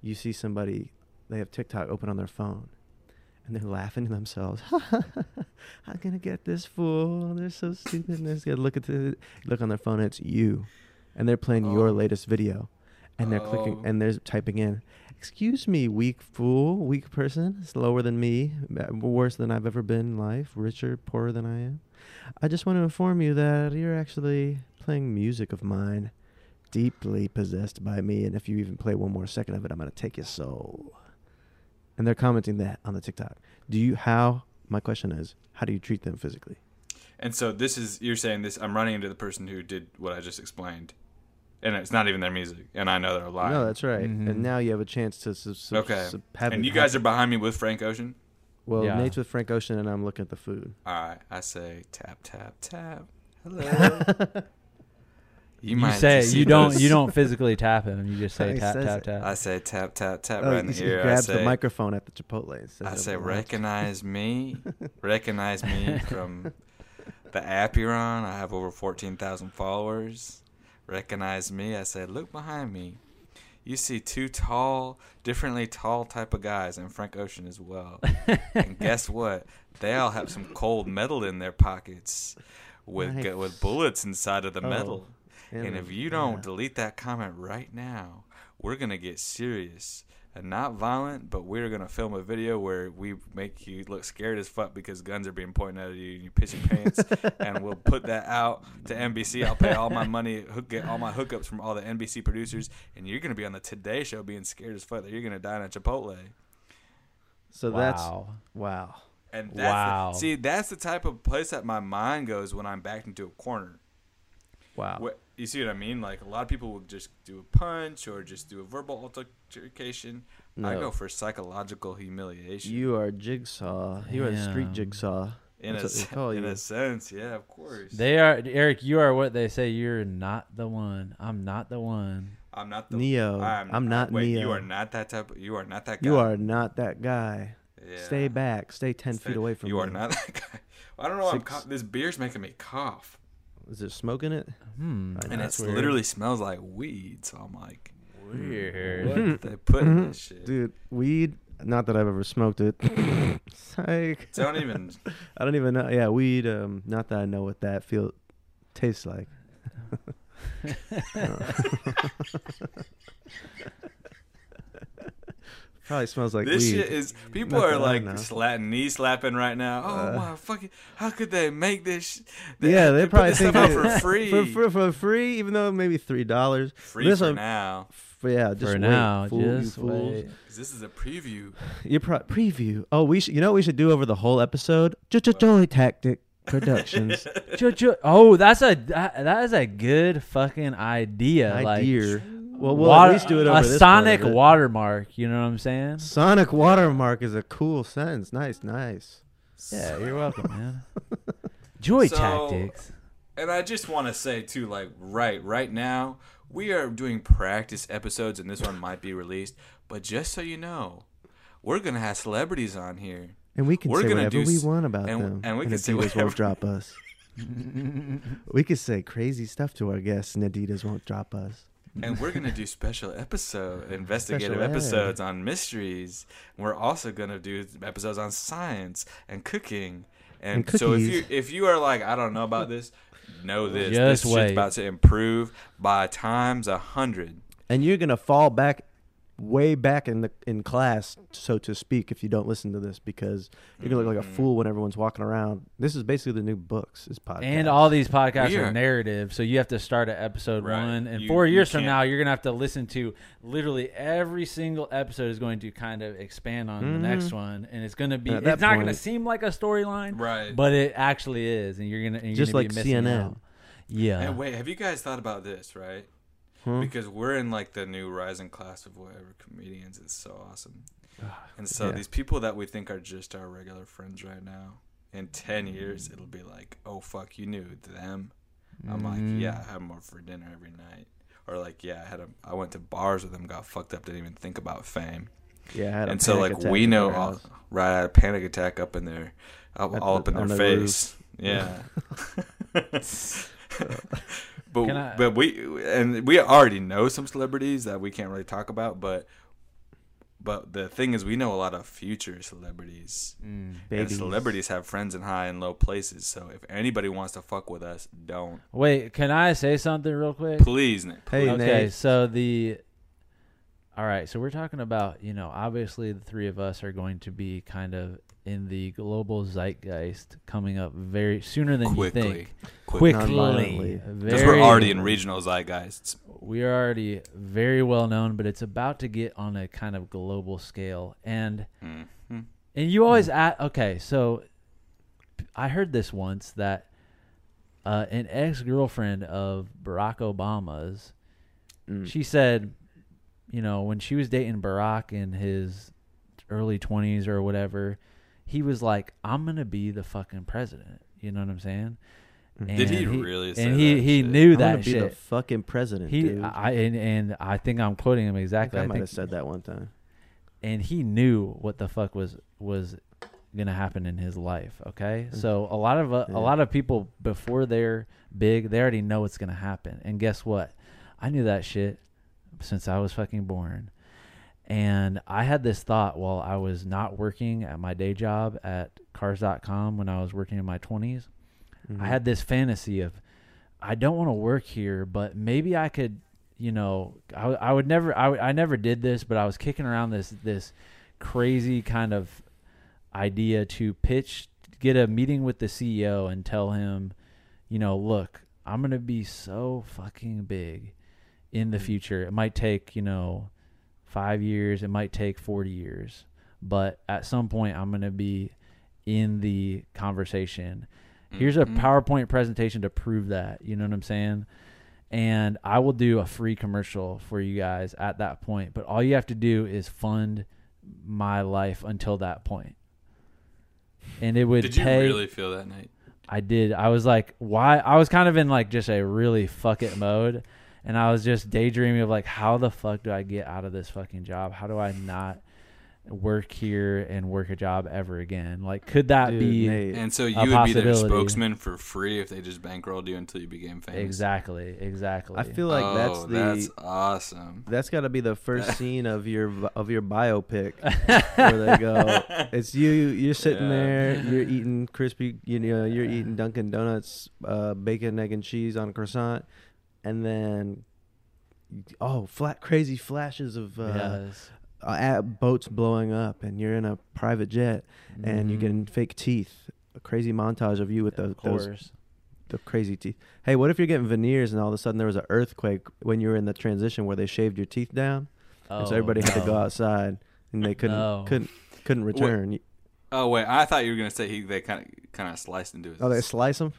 you see somebody they have TikTok open on their phone, and they're laughing to themselves. <laughs> I'm gonna get this fool. They're so stupid. And they're just gonna look at the look on their phone. And it's you, and they're playing your
Oh.
latest video, and they're clicking
Oh.
and they're typing in. Excuse me, weak fool, weak person, slower than me, uh, worse than I've ever been in life, richer, poorer than I am. I just want to inform you that you're actually playing music of mine, deeply possessed by me, and if you even play one more second of it, I'm gonna take your soul. And they're commenting that on the TikTok. Do you how? My question is, how do you treat them physically?
And so this is you're saying this. I'm running into the person who did what I just explained, and it's not even their music. And I know they're lying.
No, that's right.
Mhm.
And now you have a chance to sub- sub-
Mm-hmm. okay.
sub- have
and
it
you guys are
happen.
behind me with Frank Ocean.
well.
Yeah.
Nate's with Frank Ocean, and I'm looking at the food.
All right, I say tap tap tap.
<laughs>
Hello.
You,
might
say
just
it. you
see
don't
this.
you don't physically tap him, you just say
He
tap
says
tap
it.
tap.
I say tap tap tap
Oh,
right in
he
the ear. I
grabs
say,
the microphone at the Chipotle. And says
I say
everyone else.
recognize
<laughs>
me, recognize me from the app you're on. I have over fourteen thousand followers. Recognize me. I say look behind me. You see two tall, differently tall type of guys, and Frank Ocean
<laughs>
as well. and guess what? They all have some cold metal in their pockets, with
Nice.
with bullets inside of the
Oh.
metal. And if you don't
yeah.
delete that comment right now, we're gonna get serious and not violent, but we're gonna film a video where we make you look scared as fuck because guns are being pointed at you and you piss your pants. and we'll put that out to NBC. I'll pay all my money, hook, get all my hookups from all the NBC producers, and you're gonna be on the Today Show being scared as fuck that you're gonna die in a Chipotle.
so that's
wow.
wow.
And that's the-
Wow.
see, that's the type of place that my mind goes when I'm backed into a corner.
Wow.
What you see what I mean? Like a lot of people will just do a punch or just do a verbal altercation. I
No.
go for psychological humiliation.
You are jigsaw. You are a street
Damn.
jigsaw.
in
That's
a
what they
se-
call
in
you.
a sense, yeah, of course.
They are Eric, you are what they say you're not the one. I'm not the one.
I'm not the
Neo. I'm not
wait,
Neo.
You are not that type. Of, you are not that guy.
You are not that guy.
Yeah.
Stay back. Stay ten
Stay-
feet away from
You
me.
are not that <laughs> guy. I don't know. why I'm
Six-
cough- this beer's making me cough,
Is it smoking it?
Hmm.
I know,
and it
that's weird.
literally smells like weed. So I'm like, what
Weird.
did
<laughs>
they put in this shit?
Mm-hmm. dude, weed. Not that I've ever smoked it. <laughs> Psych.
Don't even.
I don't even know. Yeah, weed. Um, not that I know what that feel tastes
<laughs>
like. Probably smells like
this
weed.
shit is people
Not
are
that I
like
know.
slat knee slapping right now. Oh
Uh,
my fucking! How could they make this? Sh-
yeah, they
put
probably
this
think
stuff out
it- <laughs>
for free.
for, for for free, even though maybe three dollars.
free
this
for
one-
now,
Yeah, just
For
wait,
now,
fool, you
just
fools.
wait.
'cause this is a preview.
Your pro- preview. Oh, we should. You know what we should do over the whole episode? Just a Joey Tactic Productions
Ju- ju- oh, that's a that, that is a good fucking idea. <laughs> Like,
idea. Well, we'll
water-
at least do it over
a
this part
sonic
of it.
watermark. You know what I'm saying?
Sonic watermark is a cool sentence. Nice, nice.
Yeah, you're
<laughs>
welcome, man. Joy
So-
tactics.
And I just want to say too, like right right now we are doing practice episodes, and this one might be released. But just so you know, we're gonna have celebrities on here.
And we can
We're
say
gonna
whatever
do
we
s-
want about
and-
them,
and we can
Adidas
say
won't
whatever-
drop
<laughs>
us. we could say crazy stuff to our guests, and Adidas won't drop us.
and we're gonna do special episode investigative
Special ed.
episodes on mysteries. We're also gonna do episodes on science and cooking. And,
And
so if
cookies.
you if you are like I don't know about this, know this.
Just
this
wait.
shit's about to improve by times a hundred.
And you're gonna fall back, way back in the in class, so to speak, if you don't listen to this, because you're gonna look like a fool when everyone's walking around. This is basically the new books. This podcast
And all these podcasts
We
are,
are-
narrative, so you have to start at episode
Right.
one. And
You-
four
you
years from
can't-
now, you're gonna have to listen to literally every single episode is going to kind of expand on
Mm-hmm.
the next one, and it's gonna be
At
it's
that
not gonna
point-
seem like a storyline,
Right.
But it actually is, and you're gonna and you're
Just
gonna
like
be missing
CNN.
out. Yeah,
And wait, have you guys thought about this, right?
Mm-hmm.
Because we're in like the new rising class of whatever comedians. It's so awesome. And so
yeah.
these people that we think are just our regular friends right now, in 10 years, it'll be like, oh, fuck, you knew them. I'm
Mm-hmm.
like, yeah, I had them over for dinner every night. Or like, yeah, I had 'em- I went to bars with them, got fucked up, didn't even think about fame.
yeah, I had a
And so
panic
like
attack
we
in
know
our
all
house.
right, I had a panic attack up in their, all,
At
all
the-
up in their
on the roof.
face. Yeah. <laughs> but
Can I-
but we and we already know some celebrities that we can't really talk about, but but the thing is, we know a lot of future celebrities.
Mm.
And
Babies.
celebrities have friends in high and low places. So if anybody wants to fuck with us, don't.
wait, can I say something real quick?
Please, Nick.
Hey,
okay,
Nate.
so the all right, so we're talking about you know obviously the three of us are going to be kind of in the global zeitgeist coming up very sooner than
Quickly.
you think.
Quickly.
Quickly,
Nonviolently.
Because we're already in regional zeitgeists.
we are already very well known, but it's about to get on a kind of global scale. And
Mm-hmm.
and you
Hmm.
always ask, okay, so I heard this once that uh, an ex girlfriend of Barack Obama's,
Hmm.
she said, you know, when she was dating Barack in his early twenties or whatever, he was like, "I'm gonna be the fucking president." You know what I'm saying?
Did he
And
really say
and he
that
he
shit?
knew
Mm. I'm gonna
that
be
shit.
the fucking president,
He,
dude.
I, and, and I think I'm quoting him exactly.
I
I
might
think-
have said that one time.
and he knew what the fuck was was gonna happen in his life. Okay, so a lot of uh, a lot of people before they're big, they already know what's gonna happen. And guess what? I knew that shit since I was fucking born. And I had this thought while I was not working at my day job at cars.com when I was working in my 20s.
Mm-hmm.
I had this fantasy of I don't want to work here, but maybe I could, you know, I, I would never, I, would- I never did this, but I was kicking around this, this crazy kind of idea to pitch, get a meeting with the CEO and tell him, you know, look, I'm going to be so fucking big in the future. It might take, you know, five years, it might take 40 years, but at some point I'm going to be in the conversation. Here's
Mm-hmm.
a
Mm-hmm.
PowerPoint presentation to prove that. You know what I'm saying? And I will do a free commercial for you guys at that point. But all you have to do is fund my life until that point. And it would
Did you
pay.
really feel that, Nate?
I did. I was like, why? I was kind of in like just a really fuck it mode. And I was just daydreaming of like, how the fuck do I get out of this fucking job? How do I not work here and work a job ever again? Like, could that
Dude,
be
Nate,
And so you
a
would be their
possibility.
spokesman for free if they just bankrolled you until you became famous.
exactly? Exactly.
I feel like
oh,
that's the
that's awesome.
That's got to be the
<laughs>
first scene of your vi- of your <laughs> biopic where they go, "It's you.
<laughs>
You're sitting
Yeah.
there.
<laughs>
You're eating crispy. You know, you're eating Dunkin' Donuts, uh, bacon, egg, and cheese on a croissant, and then oh, flat crazy flashes of uh,
Yes.
uh, at boats blowing up, and you're in a private jet, and you're getting fake teeth. A crazy montage of you with those,
of
those
course.
the crazy teeth. Hey, what if you're getting veneers and all of a sudden there was an earthquake when you were in the transition where they shaved your teeth down? and so
Oh,
everybody had to go
no.
outside and they couldn't
No.
couldn't couldn't return. You-
Oh wait, I thought you were gonna say he they kind of kind of sliced into his.
Oh, they slice them.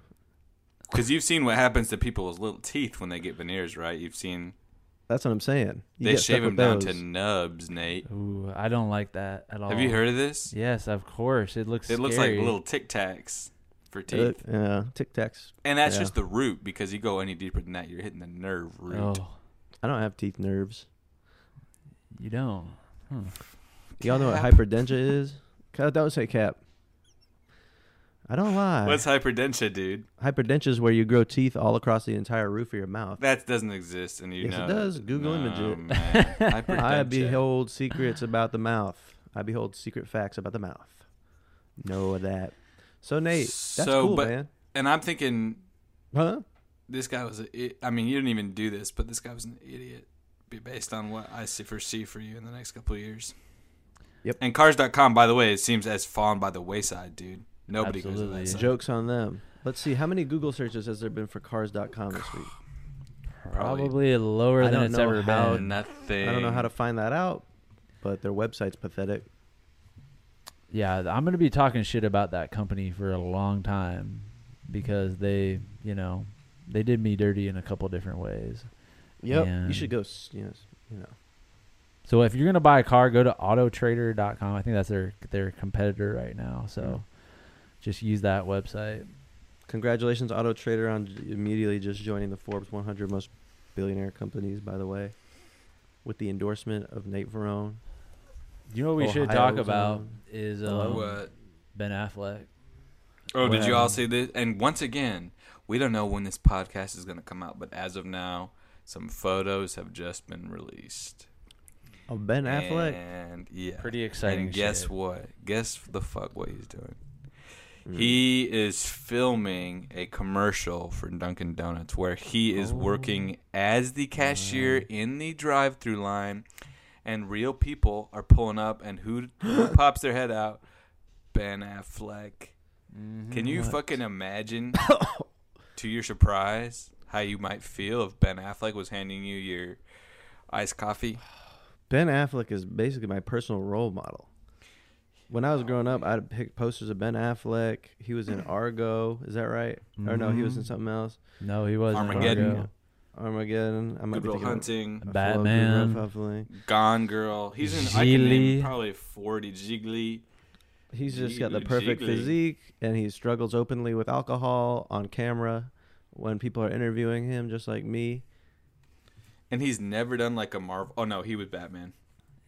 because you've seen what happens to people with little teeth when they get veneers, right? You've seen
That's what I'm saying. You
They
get stuck
shave them
with
down to
those.
nubs, Nate.
Ooh, I don't like that at all.
Oh,
Have you heard of this?
Yes, of course. It looks.
It looks
scary.
like little tic tacs for teeth.
Uh, Yeah, Tic Tacs.
and that's
yeah.
just the root because you go any deeper than that, you're hitting the nerve root.
Oh,
I don't have teeth nerves.
you don't. Hmm.
Y'all
<laughs>
know what
Cap.
hyperdentia is? Ca- Don't say cap. I don't lie.
What's hyperdentia, dude?
hyperdentia is where you grow teeth all across the entire roof of your mouth.
That doesn't exist, and you
Yes, it
know
does. Google image it.
man.
<laughs>
Hyperdentia.
I behold secrets about the mouth. I behold secret facts about the mouth. Know that. So <laughs> Nate, that's
So,
cool,
but-
man.
and I'm thinking
Huh?
this guy was. A, i- I mean, you didn't even do this, but this guy was an idiot. Be based on what I see foresee for you in the next couple of years.
Yep.
And Cars.com, by the way, it seems as fallen by the wayside, dude. Nobody
Absolutely.
goes to that site.
Jokes on them. Let's see how many Google searches has there been for cars.com this week.
Probably.
Probably lower
I
than
don't
it's
know
ever
how-
been.
Nothing.
I don't know how to find that out, but their website's pathetic.
Yeah, th- I'm gonna be talking shit about that company for a long time because they, you know, they did me dirty in a couple different ways.
Yep.
Yeah.
You should go. s- Yes. You know.
So if you're gonna buy a car, go to Autotrader.com. I think that's their their competitor right now. So
Hmm.
just use that website.
Congratulations, Auto Trader, on j- immediately just joining the Forbes 100 most billionaire companies. By the way, with the endorsement of Nate Verone.
You know what we should
Ohio's
talk about
own.
is
Hello?
um,
What?
Ben Affleck.
Oh, did you
Well-
all see this? And once again, we don't know when this podcast is going to come out, but as of now, some photos have just been released.
Oh, Ben Affleck.
And yeah.
Pretty exciting.
And guess
shit.
what? Guess the fuck what he's doing.
Hmm.
He is filming a commercial for Dunkin' Donuts where he is working
Oh.
as the cashier in the drive-through line, and real people are pulling up, and who,
<gasps>
who pops their head out? Ben Affleck.
Mm-hmm.
Can you
<coughs>
fucking imagine? to your surprise, how you might feel if Ben Affleck was handing you your iced coffee?
Ben Affleck is basically my personal role model. When I was growing up, I'd pick posters of Ben Affleck. He was in Argo. Is that right? Or no, he was in something else.
No, he wasn't.
Armageddon.
Argo.
Armageddon. I might
Good Will
be thinking
Hunting.
of-
Batman.
Rough Huffling.
Gone Girl. He's in I can
Gigli.
name probably forty Jiggly.
He's just got the
Jiggly,
perfect
jiggly.
physique, and he struggles openly with alcohol on camera when people are interviewing him, just like me.
And he's never done like a Marvel. Oh no, he was Batman.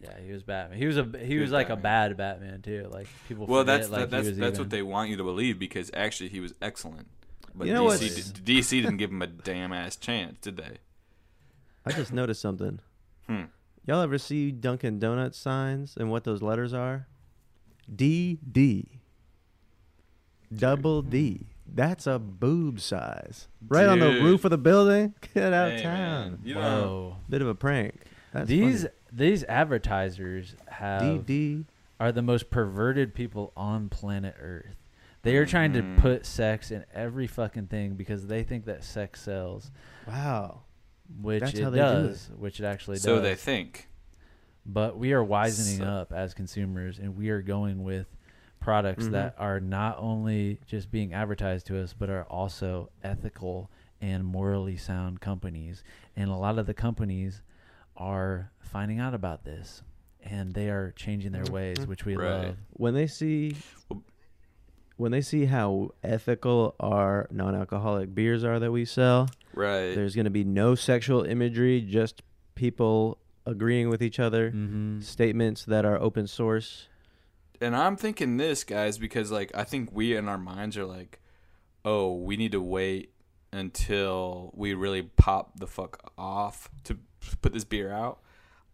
Yeah, he was Batman. He was a he, was,
was
like a
Batman.
bad Batman too. Like people.
Well,
forget,
that's
like, he
that's
was
that's
even-
what they want you to believe because actually he was excellent. But
You know
DC
what's-
did, DC didn't give him a damn ass chance, did they?
I just noticed something.
<laughs> Hmm.
Y'all ever see Dunkin' Donuts signs and what those letters are? D D. Double D. That's a boob size. Right on the
Dude.
roof of the building. <laughs> Get out
Hey,
town.
man, You know,
Whoa.
Bit of a prank. That's
these these advertisers
D
have
D.
are the most perverted people on planet Earth. They are trying
Mm.
to put sex in every fucking thing because they think that sex sells,
Wow.
which
That's
it
how they do
does, which it actually
so
does.
they think.
but we are wisening
So-
up as consumers and we are going with products
Mhm.
Mm-hmm.
that are not only just being advertised to us but are also ethical and morally sound companies and a lot of the companies are finding out about this and they are changing their ways which we
Mm-hmm. Right.
love
When they see when they see how ethical our non-alcoholic beers are that we sell,
Right.
there's going to be no sexual imagery, just people agreeing with each other.
mm-hmm.
statements that are open source.
and I'm thinking this, guys, because like I think we in our minds are like, oh, we need to wait until we really pop the fuck off to put this beer out.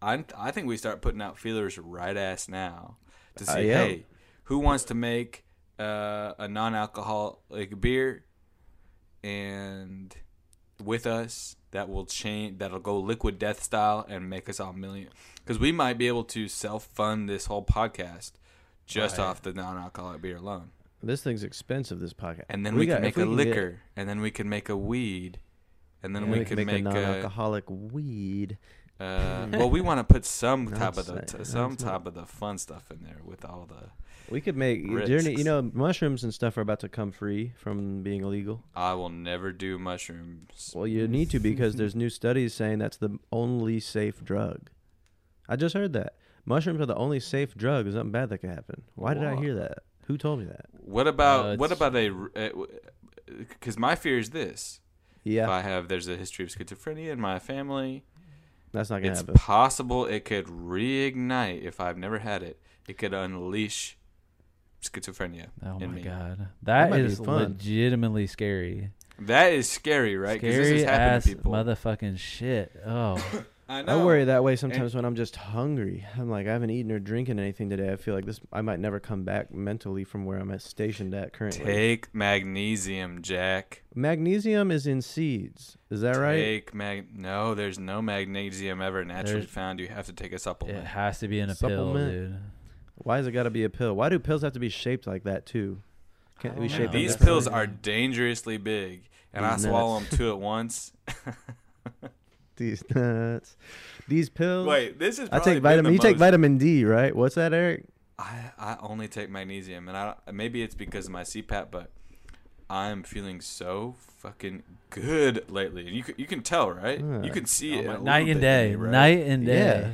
I I think we start putting out feelers right ass now to see,
Uh, yeah.
hey, who wants to make uh, a non-alcoholic beer and with us that will change that'll go liquid death style and make us all million because we might be able to self-fund this whole podcast just
Right.
off the non-alcoholic beer alone
This thing's expensive. This podcast,
and then we,
got-
can
if
make a
can get-
liquor and then we can make a weed and then
yeah,
we, could
make,
make, uh,
a
a,
non-alcoholic weed. <laughs>
uh, well we want to put some
No,
top of
it's
the
not-
t-
no,
some
it's not.
top of the fun stuff in there with all the
We could make
Risks.
journey. You know, mushrooms and stuff are about to come free from being illegal.
I will never do mushrooms.
Well, you need to
<laughs>
because there's new studies saying that's the only safe drug. I just heard that mushrooms are the only safe drug. There's nothing bad that could happen. Why did I
Wha-
hear that? Who told me that?
What about
Uh,
what
it's-
about a? Because my fear is this: if
Yeah,
I have there's a history of schizophrenia in my family,
that's not gonna
it's
happen.
possible it could reignite if I've never had it. It could unleash schizophrenia.
Oh
in
my
me.
god, that
might be
is
fun.
legitimately scary.
That is scary, right? Because this
Scary
has happened
ass
to people.
motherfucking shit. Oh,
I
I
know.
worry that way sometimes when I'm just hungry. I'm like, I haven't eaten or drinking anything today. I feel like this. I might never come back mentally from where I'm at stationed at currently.
Take magnesium, Jack.
Magnesium is in seeds. Is that right?
Take mag. No, there's no magnesium ever naturally
There's-
found. You have to take a
it
supplement.
has to be in a
Supplement.
pill, dude.
Why has it got to be a pill? Why do pills have to be shaped like that too? Can't
I
we
don't
shape
know.
them
These
differently?
pills are dangerously big, and I
These
swallow
nuts.
them two at once.
These nuts. These pills.
<laughs> Wait, this is.
I
probably
take
been
vitamin.
the
You take
most-
vitamin D, right? What's that, Eric?
I I only take magnesium, and I maybe it's because of my CPAP, but I'm feeling so fucking good lately. And you c- you can tell, right? you
Yeah.
can see it. in a little
Night and
bit in
day,
me, right?
night and uh, day,
Yeah.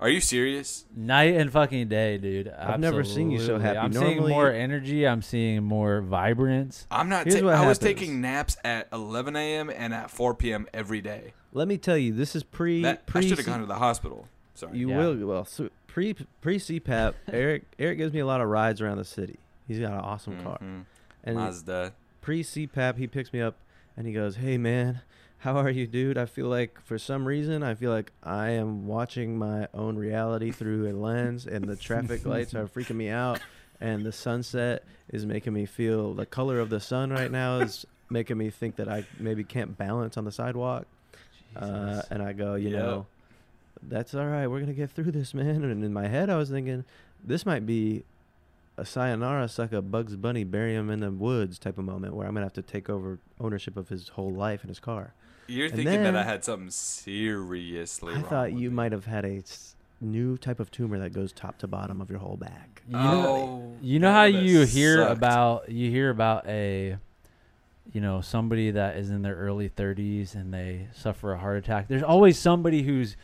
Are you serious?
night and fucking day, dude.
I've never seen you so
Absolutely.
happy.
I'm seeing
Normally-
more energy. I'm seeing more vibrance.
I'm not.
Here's
Ta-
what
I
happens.
was taking naps at 11 a.m. and at 4 p.m. every day.
Let me tell you, this is pre
That I
pre.
should have gone to the hospital. Sorry.
You
Yeah.
will well so pre pre CPAP. Eric Eric gives me a lot of rides around the city. He's got an awesome car.
Mhm.
And
Mazda.
pre CPAP, he picks me up and he goes, "Hey man, how are you, dude? I feel like for some reason I feel like I am watching my own reality through a lens, and the traffic lights are freaking me out, and the sunset is making me feel the color of the sun right now is making me think that I maybe can't balance on the sidewalk." Uh,
Jesus.
and I go, you
Yeah.
know, that's all right. We're gonna get through this, <laughs> man. And in my head, I was thinking, this might be a sayonara sucker, Bugs Bunny, bury him in the woods type of moment where I'm gonna have to take over ownership of his whole life and his car.
You're
And
thinking
then-
that I had something seriously
I
wrong.
thought
with
you
me.
might have had a s- new type of tumor that goes top to bottom of your whole back.
You know-
Oh,
You know
that
how
would've
you hear
sucked.
about you hear about a you know somebody that is in their early 30s and they suffer a heart attack. There's always somebody who's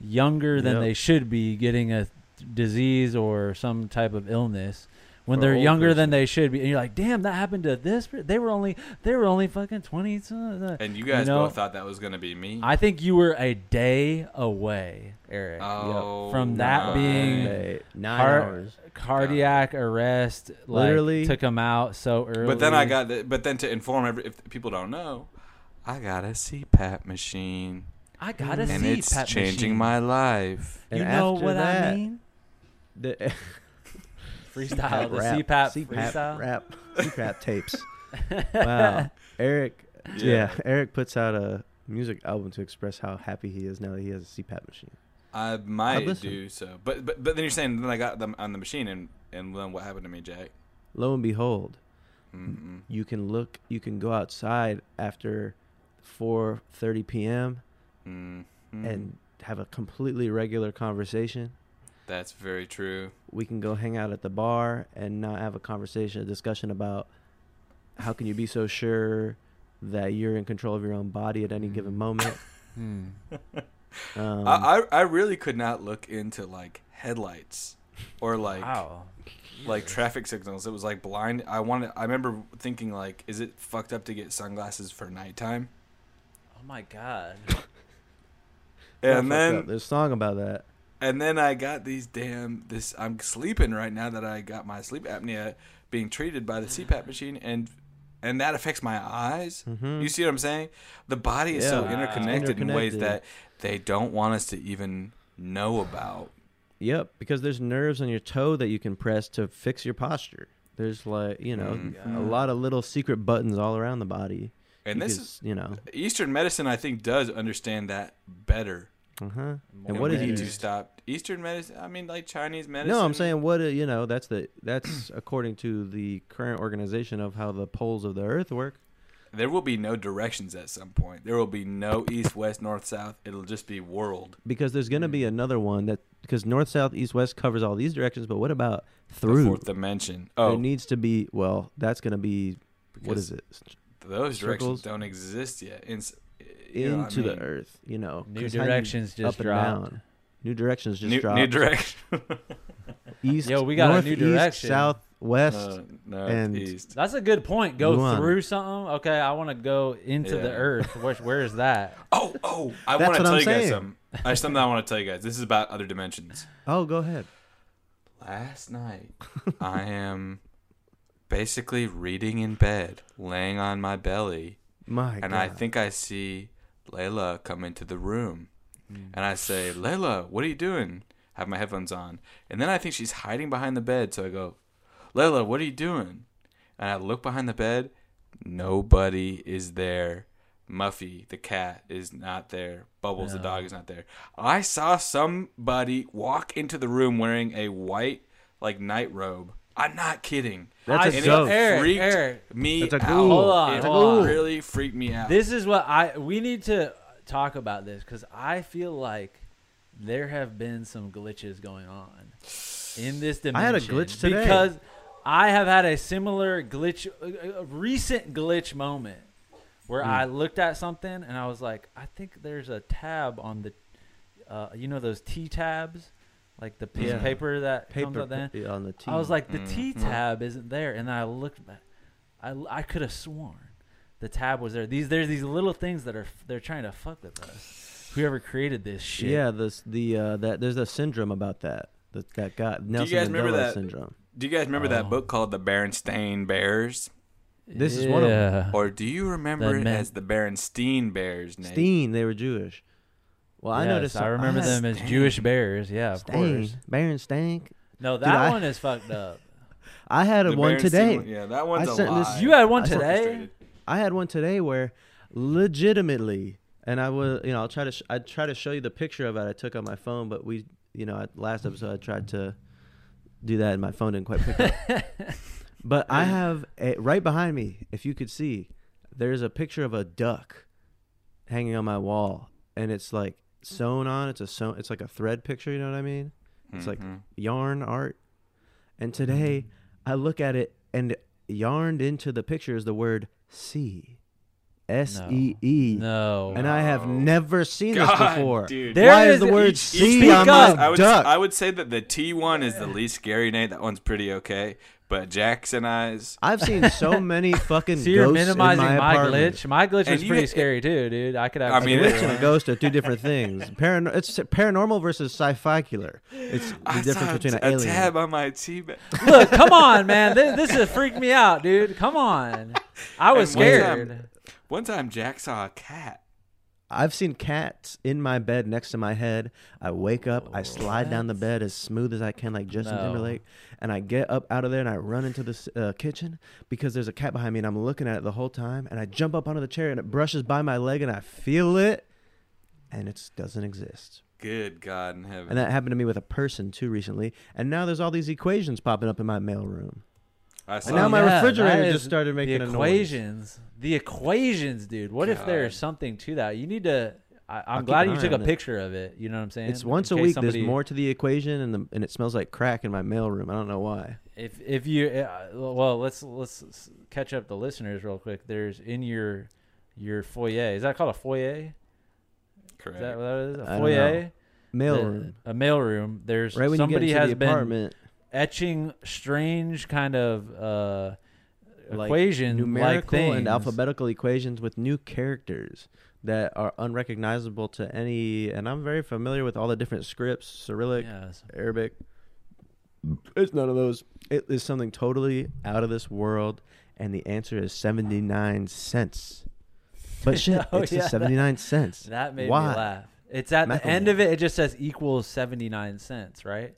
younger than
Yep.
they should be getting a disease or some type of illness when
For
they're
old
younger than
person.
they should be. And you're like, "Damn, that happened to this. per- They were only they were only fucking 20." something."
And you guys
know-
both thought that was gonna be me.
I think you were a day away, Eric.
Oh,
From that being-
nice.
Hey, nine
Heart-
hours.
Cardiac arrest like,
Literally.
took him out so early.
But then I got. The, but then to inform every, if people don't know, I got a CPAP machine,
I got a
and it's
CPAP
changing
machine.
my life.
And
you know
after
what I
that,
mean?
<laughs> The,
Freestyle, the
rap,
CPAP, freestyle. <laughs>
rap, CPAP
<laughs>
tapes. wow, Eric. Yeah. Eric puts out a music album to express how happy he is now that he has a CPAP machine.
I
I'd
might
listen.
do so. But but but then you're saying then I got them on the machine, and and then what happened to me, Jack? Mm-hmm.
Lo and behold,
Mm-mm.
you can look. You can go outside after 4:30 p.m.
mm
and have a completely regular conversation.
that's very true.
We can go hang out at the bar and not have a conversation, a discussion about how can you be so sure that you're in control of your own body at any
Mm-hmm.
given moment.
Hmm.
<laughs> Um,
I, I I really could not look into like headlights or like
Wow.
like traffic signals. It was like blind. I wanted. I remember thinking like, is it fucked up to get sunglasses for nighttime?
Oh my god.
that's
And
fucked
then
up. there's a song about that.
and then I got these damn this. I'm sleeping right now that I got my sleep apnea being treated by the
Mm.
CPAP machine, and and that affects my eyes.
Mhm.
You see what I'm saying? The body is so
Yeah.
Wow.
interconnected, in ways
Interconnected.
that they don't want us to even know about.
Yep, because there's nerves on your toe that you can press to fix your posture. There's like you know
Mhm.
a lot of little secret buttons all around the body.
And
You
this
could,
is
you know,
Eastern medicine. I think does understand that better.
uh huh.
More
And what
we
did you
need
do?
to stop Eastern medicine? I mean, like Chinese medicine.
No, I'm saying what uh, you know. <clears throat> That's the that's according to the current organization of how the poles of the earth work.
There will be no directions at some point. There will be no east, west, north, south. It'll just be world.
because there's going to
Mm.
be another one that because north, south, east, west covers all these directions, but what about
The
through?
fourth dimension.
There
Oh,
needs to be well, that's going to be what
because
is it? Circles?
Those directions don't exist yet. Ins- you know what I
Into
mean?
the earth, you know.
New
'cause how do you-
directions just
up
dropped.
And down. New directions just
new,
dropped.
new direction.
East,
Yo, we got a new
northeast,
direction.
South, west.
Uh, no,
and-
east.
That's a good point. Go
Yuan.
through something. Okay, I want to go into the
Yeah.
earth. Where, where is that?
Oh, oh! I
That's
want to
what
tell
I'm
you guys
saying.
something. I something I want to tell you guys. This is about other dimensions.
oh, go ahead. <laughs>
Last night, I am basically reading in bed, laying on my belly,
My God.
and I think I see Layla come into the room.
Mm.
And I say, Layla, what are you doing? Have my headphones on. And then I think she's hiding behind the bed. So I go, Layla, what are you doing? And I look behind the bed. Nobody is there. Muffy, the cat, is not there. Bubbles, the dog, is not there. I saw somebody walk into the room wearing a white, like, night robe. I'm not kidding.
That's a
and
ghost.
It
Eric,
freaked
Eric.
me
That's a
out.
ghoul. Hold
on,
it
hold on.
really freaked me out.
This is what I we need to talk about this because I feel like there have been some glitches going on in this dimension.
I had a glitch today.
because I have had a similar glitch, uh, a a recent glitch moment where
Hmm.
I looked at something and I was like, I think there's a tab on the, uh, you know, those T tabs, like the piece of
Yeah.
paper that comes
paper
out then.
p- on the T.
I was like, the
Mm,
T
mm.
tab isn't there, and then I looked back. I, I could have sworn the tab was there. These there's these little things that are they're trying to fuck with us. Whoever created this shit.
yeah, this the uh, that there's a syndrome about that. That that guy Nelson
guys remember
Mandela
that-
syndrome.
Do you guys remember
Oh.
that book called The Berenstain Bears?
This is one of them.
Or do you remember
That
it
meant-
as the Berenstein Bears, Nate?
Steen, they were Jewish. Well, I
Yes,
noticed.
I remember them as
Stain.
Jewish bears. Yeah, of
Stain,
course.
Baron Stank.
No, that
I-
one is
<laughs>
fucked up.
I had
The
one
Berenstain
today.
one- Yeah, that one's
I
a
sent this-
lie.
You had one
I said-
today.
I had one today where legitimately, and I was, you know, I'll try to, sh- I try to show you the picture of it I took on my phone, but we, you know, at last episode I tried to do that and my phone didn't quite pick up. but I have a, right behind me, if you could see, there's a picture of a duck hanging on my wall, and it's like sewn on. It's a sewn, it's like a thread picture. You know what I mean? It's like yarn art. And today I look at it and yarned into the picture is the word sea. S E E.
No.
And I have
No.
never seen this
God,
before.
dude.
There
Why is,
is-
the
you-
word
you
sea
speak
on
up.
my
I would,
duck?
I would say that the T one is the least scary, Nate. That one's pretty okay. But Jackson eyes.
I've seen
<laughs>
so many fucking
So you're
ghosts
minimizing
in my,
my,
apartment.
glitch. My glitch
And
was
you-
pretty scary too, dude. I could have.
I mean,
A
it-
glitch and a ghost are two different things. Parano- it's paranormal versus sci-ficular. It's the
I
difference
saw
between
a,
an
a
alien.
tab on my T. <laughs> ba-
<laughs> Look, come on, man. This, this has freaked me out, dude. Come on. I was
And one time-
scared.
One time, Jack saw a cat.
I've seen cats in my bed next to my head. I wake up, I slide down the bed as smooth as I can, like Justin
Oh, No.
Timberlake, and I get up out of there and I run into the s- uh, kitchen because there's a cat behind me and I'm looking at it the whole time. And I jump up onto the chair and it brushes by my leg and I feel it, and it doesn't exist.
Good God in heaven!
And that happened to me with a person too recently. And now there's all these equations popping up in my mailroom.
I saw.
And now
Oh,
my
yeah,
refrigerator
that
just
is-
started making
the
a noise.
equations. The equations, dude. What if there's
God.
something to that? You need to. I, I'm
keep
glad
an
you
eye
took a
on it.
picture of it. You know what I'm saying?
It's once a
In case
week.
somebody-
There's more to the equation, and the, and it smells like crack in my mailroom. I don't know why.
If if you uh, well, let's let's s- catch up the listeners real quick. There's in your your foyer. Is that called a foyer?
correct.
Is that what that is? A
I don't
foyer.
Mailroom.
A, a mailroom. There's
right when
somebody
you get into
has
the
been
apartment,
etching strange kind of uh,
like
equation like
numerical
things.
and alphabetical equations with new characters that are unrecognizable to any. And I'm very familiar with all the different scripts, Cyrillic,
Yes.
Arabic. It's none of those. It is something totally out of this world, and the answer is seventy nine cents.
<laughs>
But shit,
Oh,
it's
yeah,
a
that-
seventy
<laughs>
nine cents.
That made
Why?
me laugh. It's at the
Macklemore.
end of it. It just says equals seventy nine cents, right?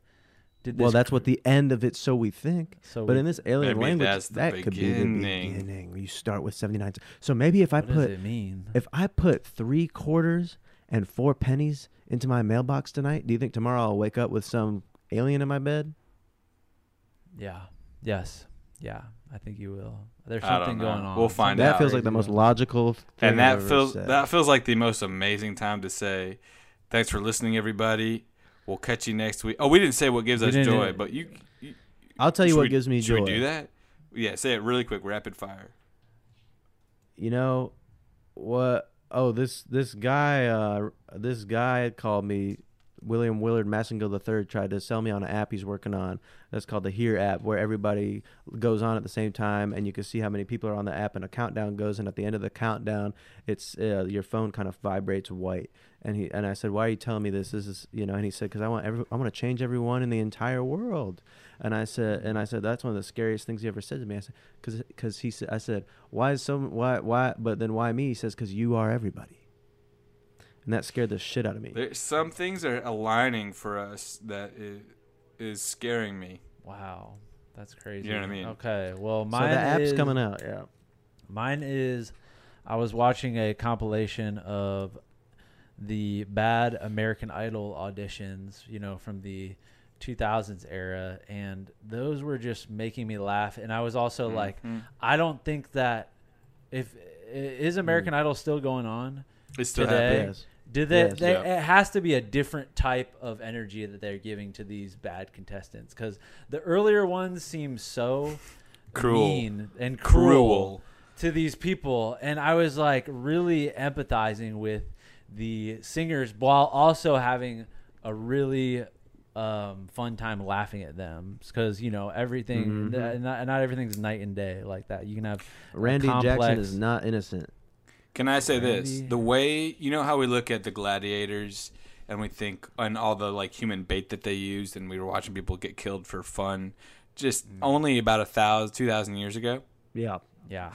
Did
Well,
this-
that's what the end of it. So we think.
So
but
we-
in this alien
Maybe
language,
that's the
that could be the
beginning.
beginning. You start with seventy nine. So maybe if I
what does
put
it mean?
if I put three quarters and four pennies into my mailbox tonight, do you think tomorrow I'll wake up with some alien in my bed?
yeah. Yes. Yeah, I think you will. There's
I don't
something
know.
going on.
We'll find
Something
that
out.
feels like the
crazy
most
going
logical thing
and that
I've ever
feels
said.
that feels like the most amazing time to say thanks for listening everybody we'll catch you next week oh we didn't say what gives
We
us
didn't-
joy but you, you
I'll tell you
should
what
we-
gives me
should
joy.
we do that yeah say it really quick rapid fire
You know what? Oh, this this guy uh, this guy called me. William Willard Massengill III tried to sell me on an app he's working on. That's called the Here app, where everybody goes on at the same time, and you can see how many people are on the app, and a countdown goes. And at the end of the countdown, it's uh, your phone kind of vibrates white. And he and I said, "Why are you telling me this? This is you know." And he said, "Because I want every, I want to change everyone in the entire world." And I said, and I said, "That's one of the scariest things he ever said to me." I said, "Cause, 'cause he said, I said, why is some why why? But then why me?" He says, "Cause you are everybody." And that scared the shit out of me.
there, some things are aligning for us that is, is scaring me
Wow, that's crazy.
You know what I mean?
Okay, well,
So
mine
the app's
is,
coming out. Yeah.
Mine is I was watching a compilation of the bad American Idol auditions, you know, from the 2000s era and those were just making me laugh and I was also
Mm.
like
Mm-hmm.
I don't think that if i- is American Idol still going on?
it's still
Today.
happening
Yes.
Did they,
Yes.
they
Yeah.
it has to be a different type of energy that they're giving to these bad contestants cuz the earlier ones seem so
Cruel.
mean and cruel
cruel
to these people and i was like really empathizing with the singers while also having a really um, fun time laughing at them because you know everything
Mm-hmm.
th- not, not everything's night and day like that you can have
uh,
a
Randy Jackson
complex-
is not innocent.
Can I say this?
Randy.
The way you know how we look at the gladiators and we think and all the like human bait that they used and we were watching people get killed for fun just
Mm.
only about a thousand two thousand years ago.
Yeah.
yeah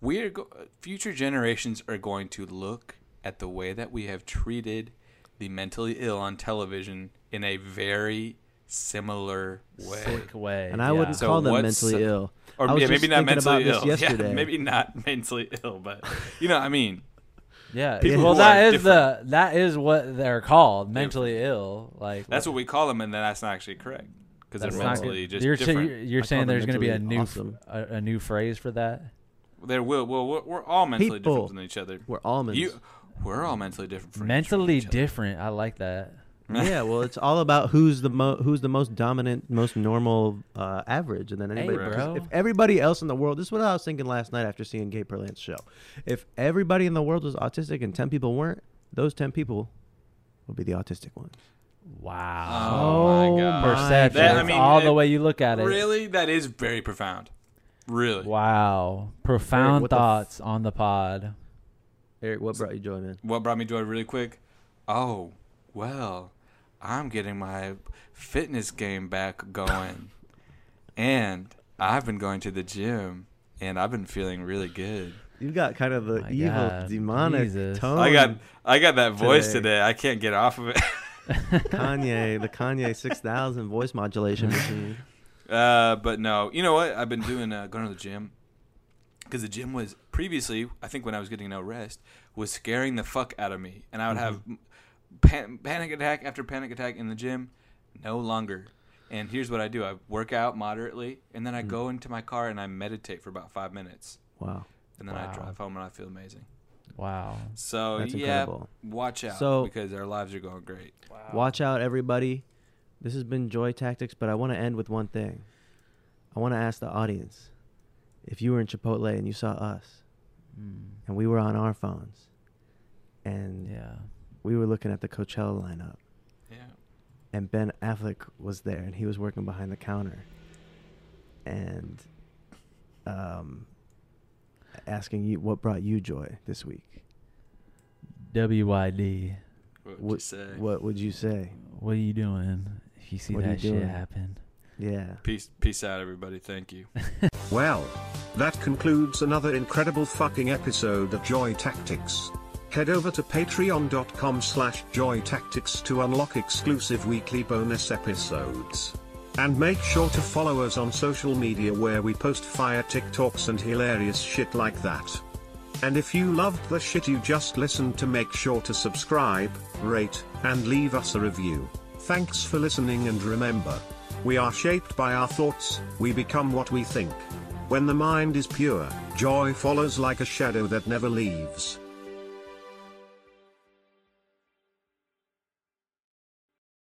We are go- future generations are going to look at the way that we have treated the mentally ill on television in a very similar way.
sick way
And I
yeah.
wouldn't
So
call them
what's-
mentally ill.
Or
I was
yeah,
just
maybe not
thinking about
mentally
this
ill. <laughs>
yesterday.
Yeah, maybe not <laughs> mentally ill, but you know what I mean.
yeah
people
well
who
that
are
is the that is what they're called mentally ill like
That's what we call them, and then that's not actually correct because they're
that's not
mentally
good.
just
you're,
different.
You're, you're
I
saying
call them
there's going to be a
mentally
new f-
awesome.
a, a new phrase for that?
There will. Well, we're, we're all mentally
People.
different from each other.
We're almonds.
You, we're all mentally different. From
mentally
each other.
different. I like that.
yeah, well, it's all about who's the mo- who's the most dominant, most normal uh, average, and then anybody.
Hey,
because
bro.
If everybody else in the world, this is what I was thinking last night after seeing Gay Perlan's show. If everybody in the world was autistic and ten people weren't, those ten people would be the autistic ones.
Wow.
Oh,
Oh
my god.
my
Perception.
That- I
It's
mean,
all the
it-
way you look at it.
Really, that is very profound. Really.
Wow. Profound
what the f-
thoughts on the pod. <laughs>
Eric, what brought you joy, man?
What brought me joy, really quick? Oh, well, I'm getting my fitness game back
<laughs>
going, and I've been going to the gym, and I've been feeling really good.
You got kind of the
My
evil,
God,
demonic
Jesus.
tone.
I got I got that voice
today.
today. I can't get off of it.
Kanye, the Kanye six thousand voice modulation machine.
Uh, but no, you know what? I've been doing uh, going to the gym because the gym was previously, I think when I was getting no rest, was scaring the fuck out of me, and I would have
Mm-hmm.
pan- panic attack after panic attack in the gym. No longer. And here's what I do: I work out moderately, and
Mm.
then I go into my car and I meditate for about five minutes,
Wow.
and then
Wow.
I drive home and I feel amazing.
Wow.
So
That's
Oh, yeah,
incredible.
watch out
So-
because our lives are going great.
Watch out, everybody. This has been Joy Tactics, but I want to end with one thing. I want to ask the audience if you were in Chipotle and you saw us
Mm,
and we were on our phones and
yeah.
we were looking at the Coachella lineup
Yeah.
and Ben Affleck was there and he was working behind the counter and um, asking you what brought you joy this week.
WYD.
What would you
What,
say?
what would you say?
What are you doing if you see
What are you
that shit
doing?
happen?
Yeah.
Peace, peace out, everybody. Thank you.
<laughs>
Well, that concludes another incredible fucking episode of Joy Tactics. Head over to patreon.com slash joytactics to unlock exclusive weekly bonus episodes. And make sure to follow us on social media where we post fire TikToks and hilarious shit like that. And if you loved the shit you just listened to, make sure to subscribe, rate, and leave us a review. Thanks for listening and remember, We are shaped by our thoughts, we become what we think. When the mind is pure, joy follows like a shadow that never leaves.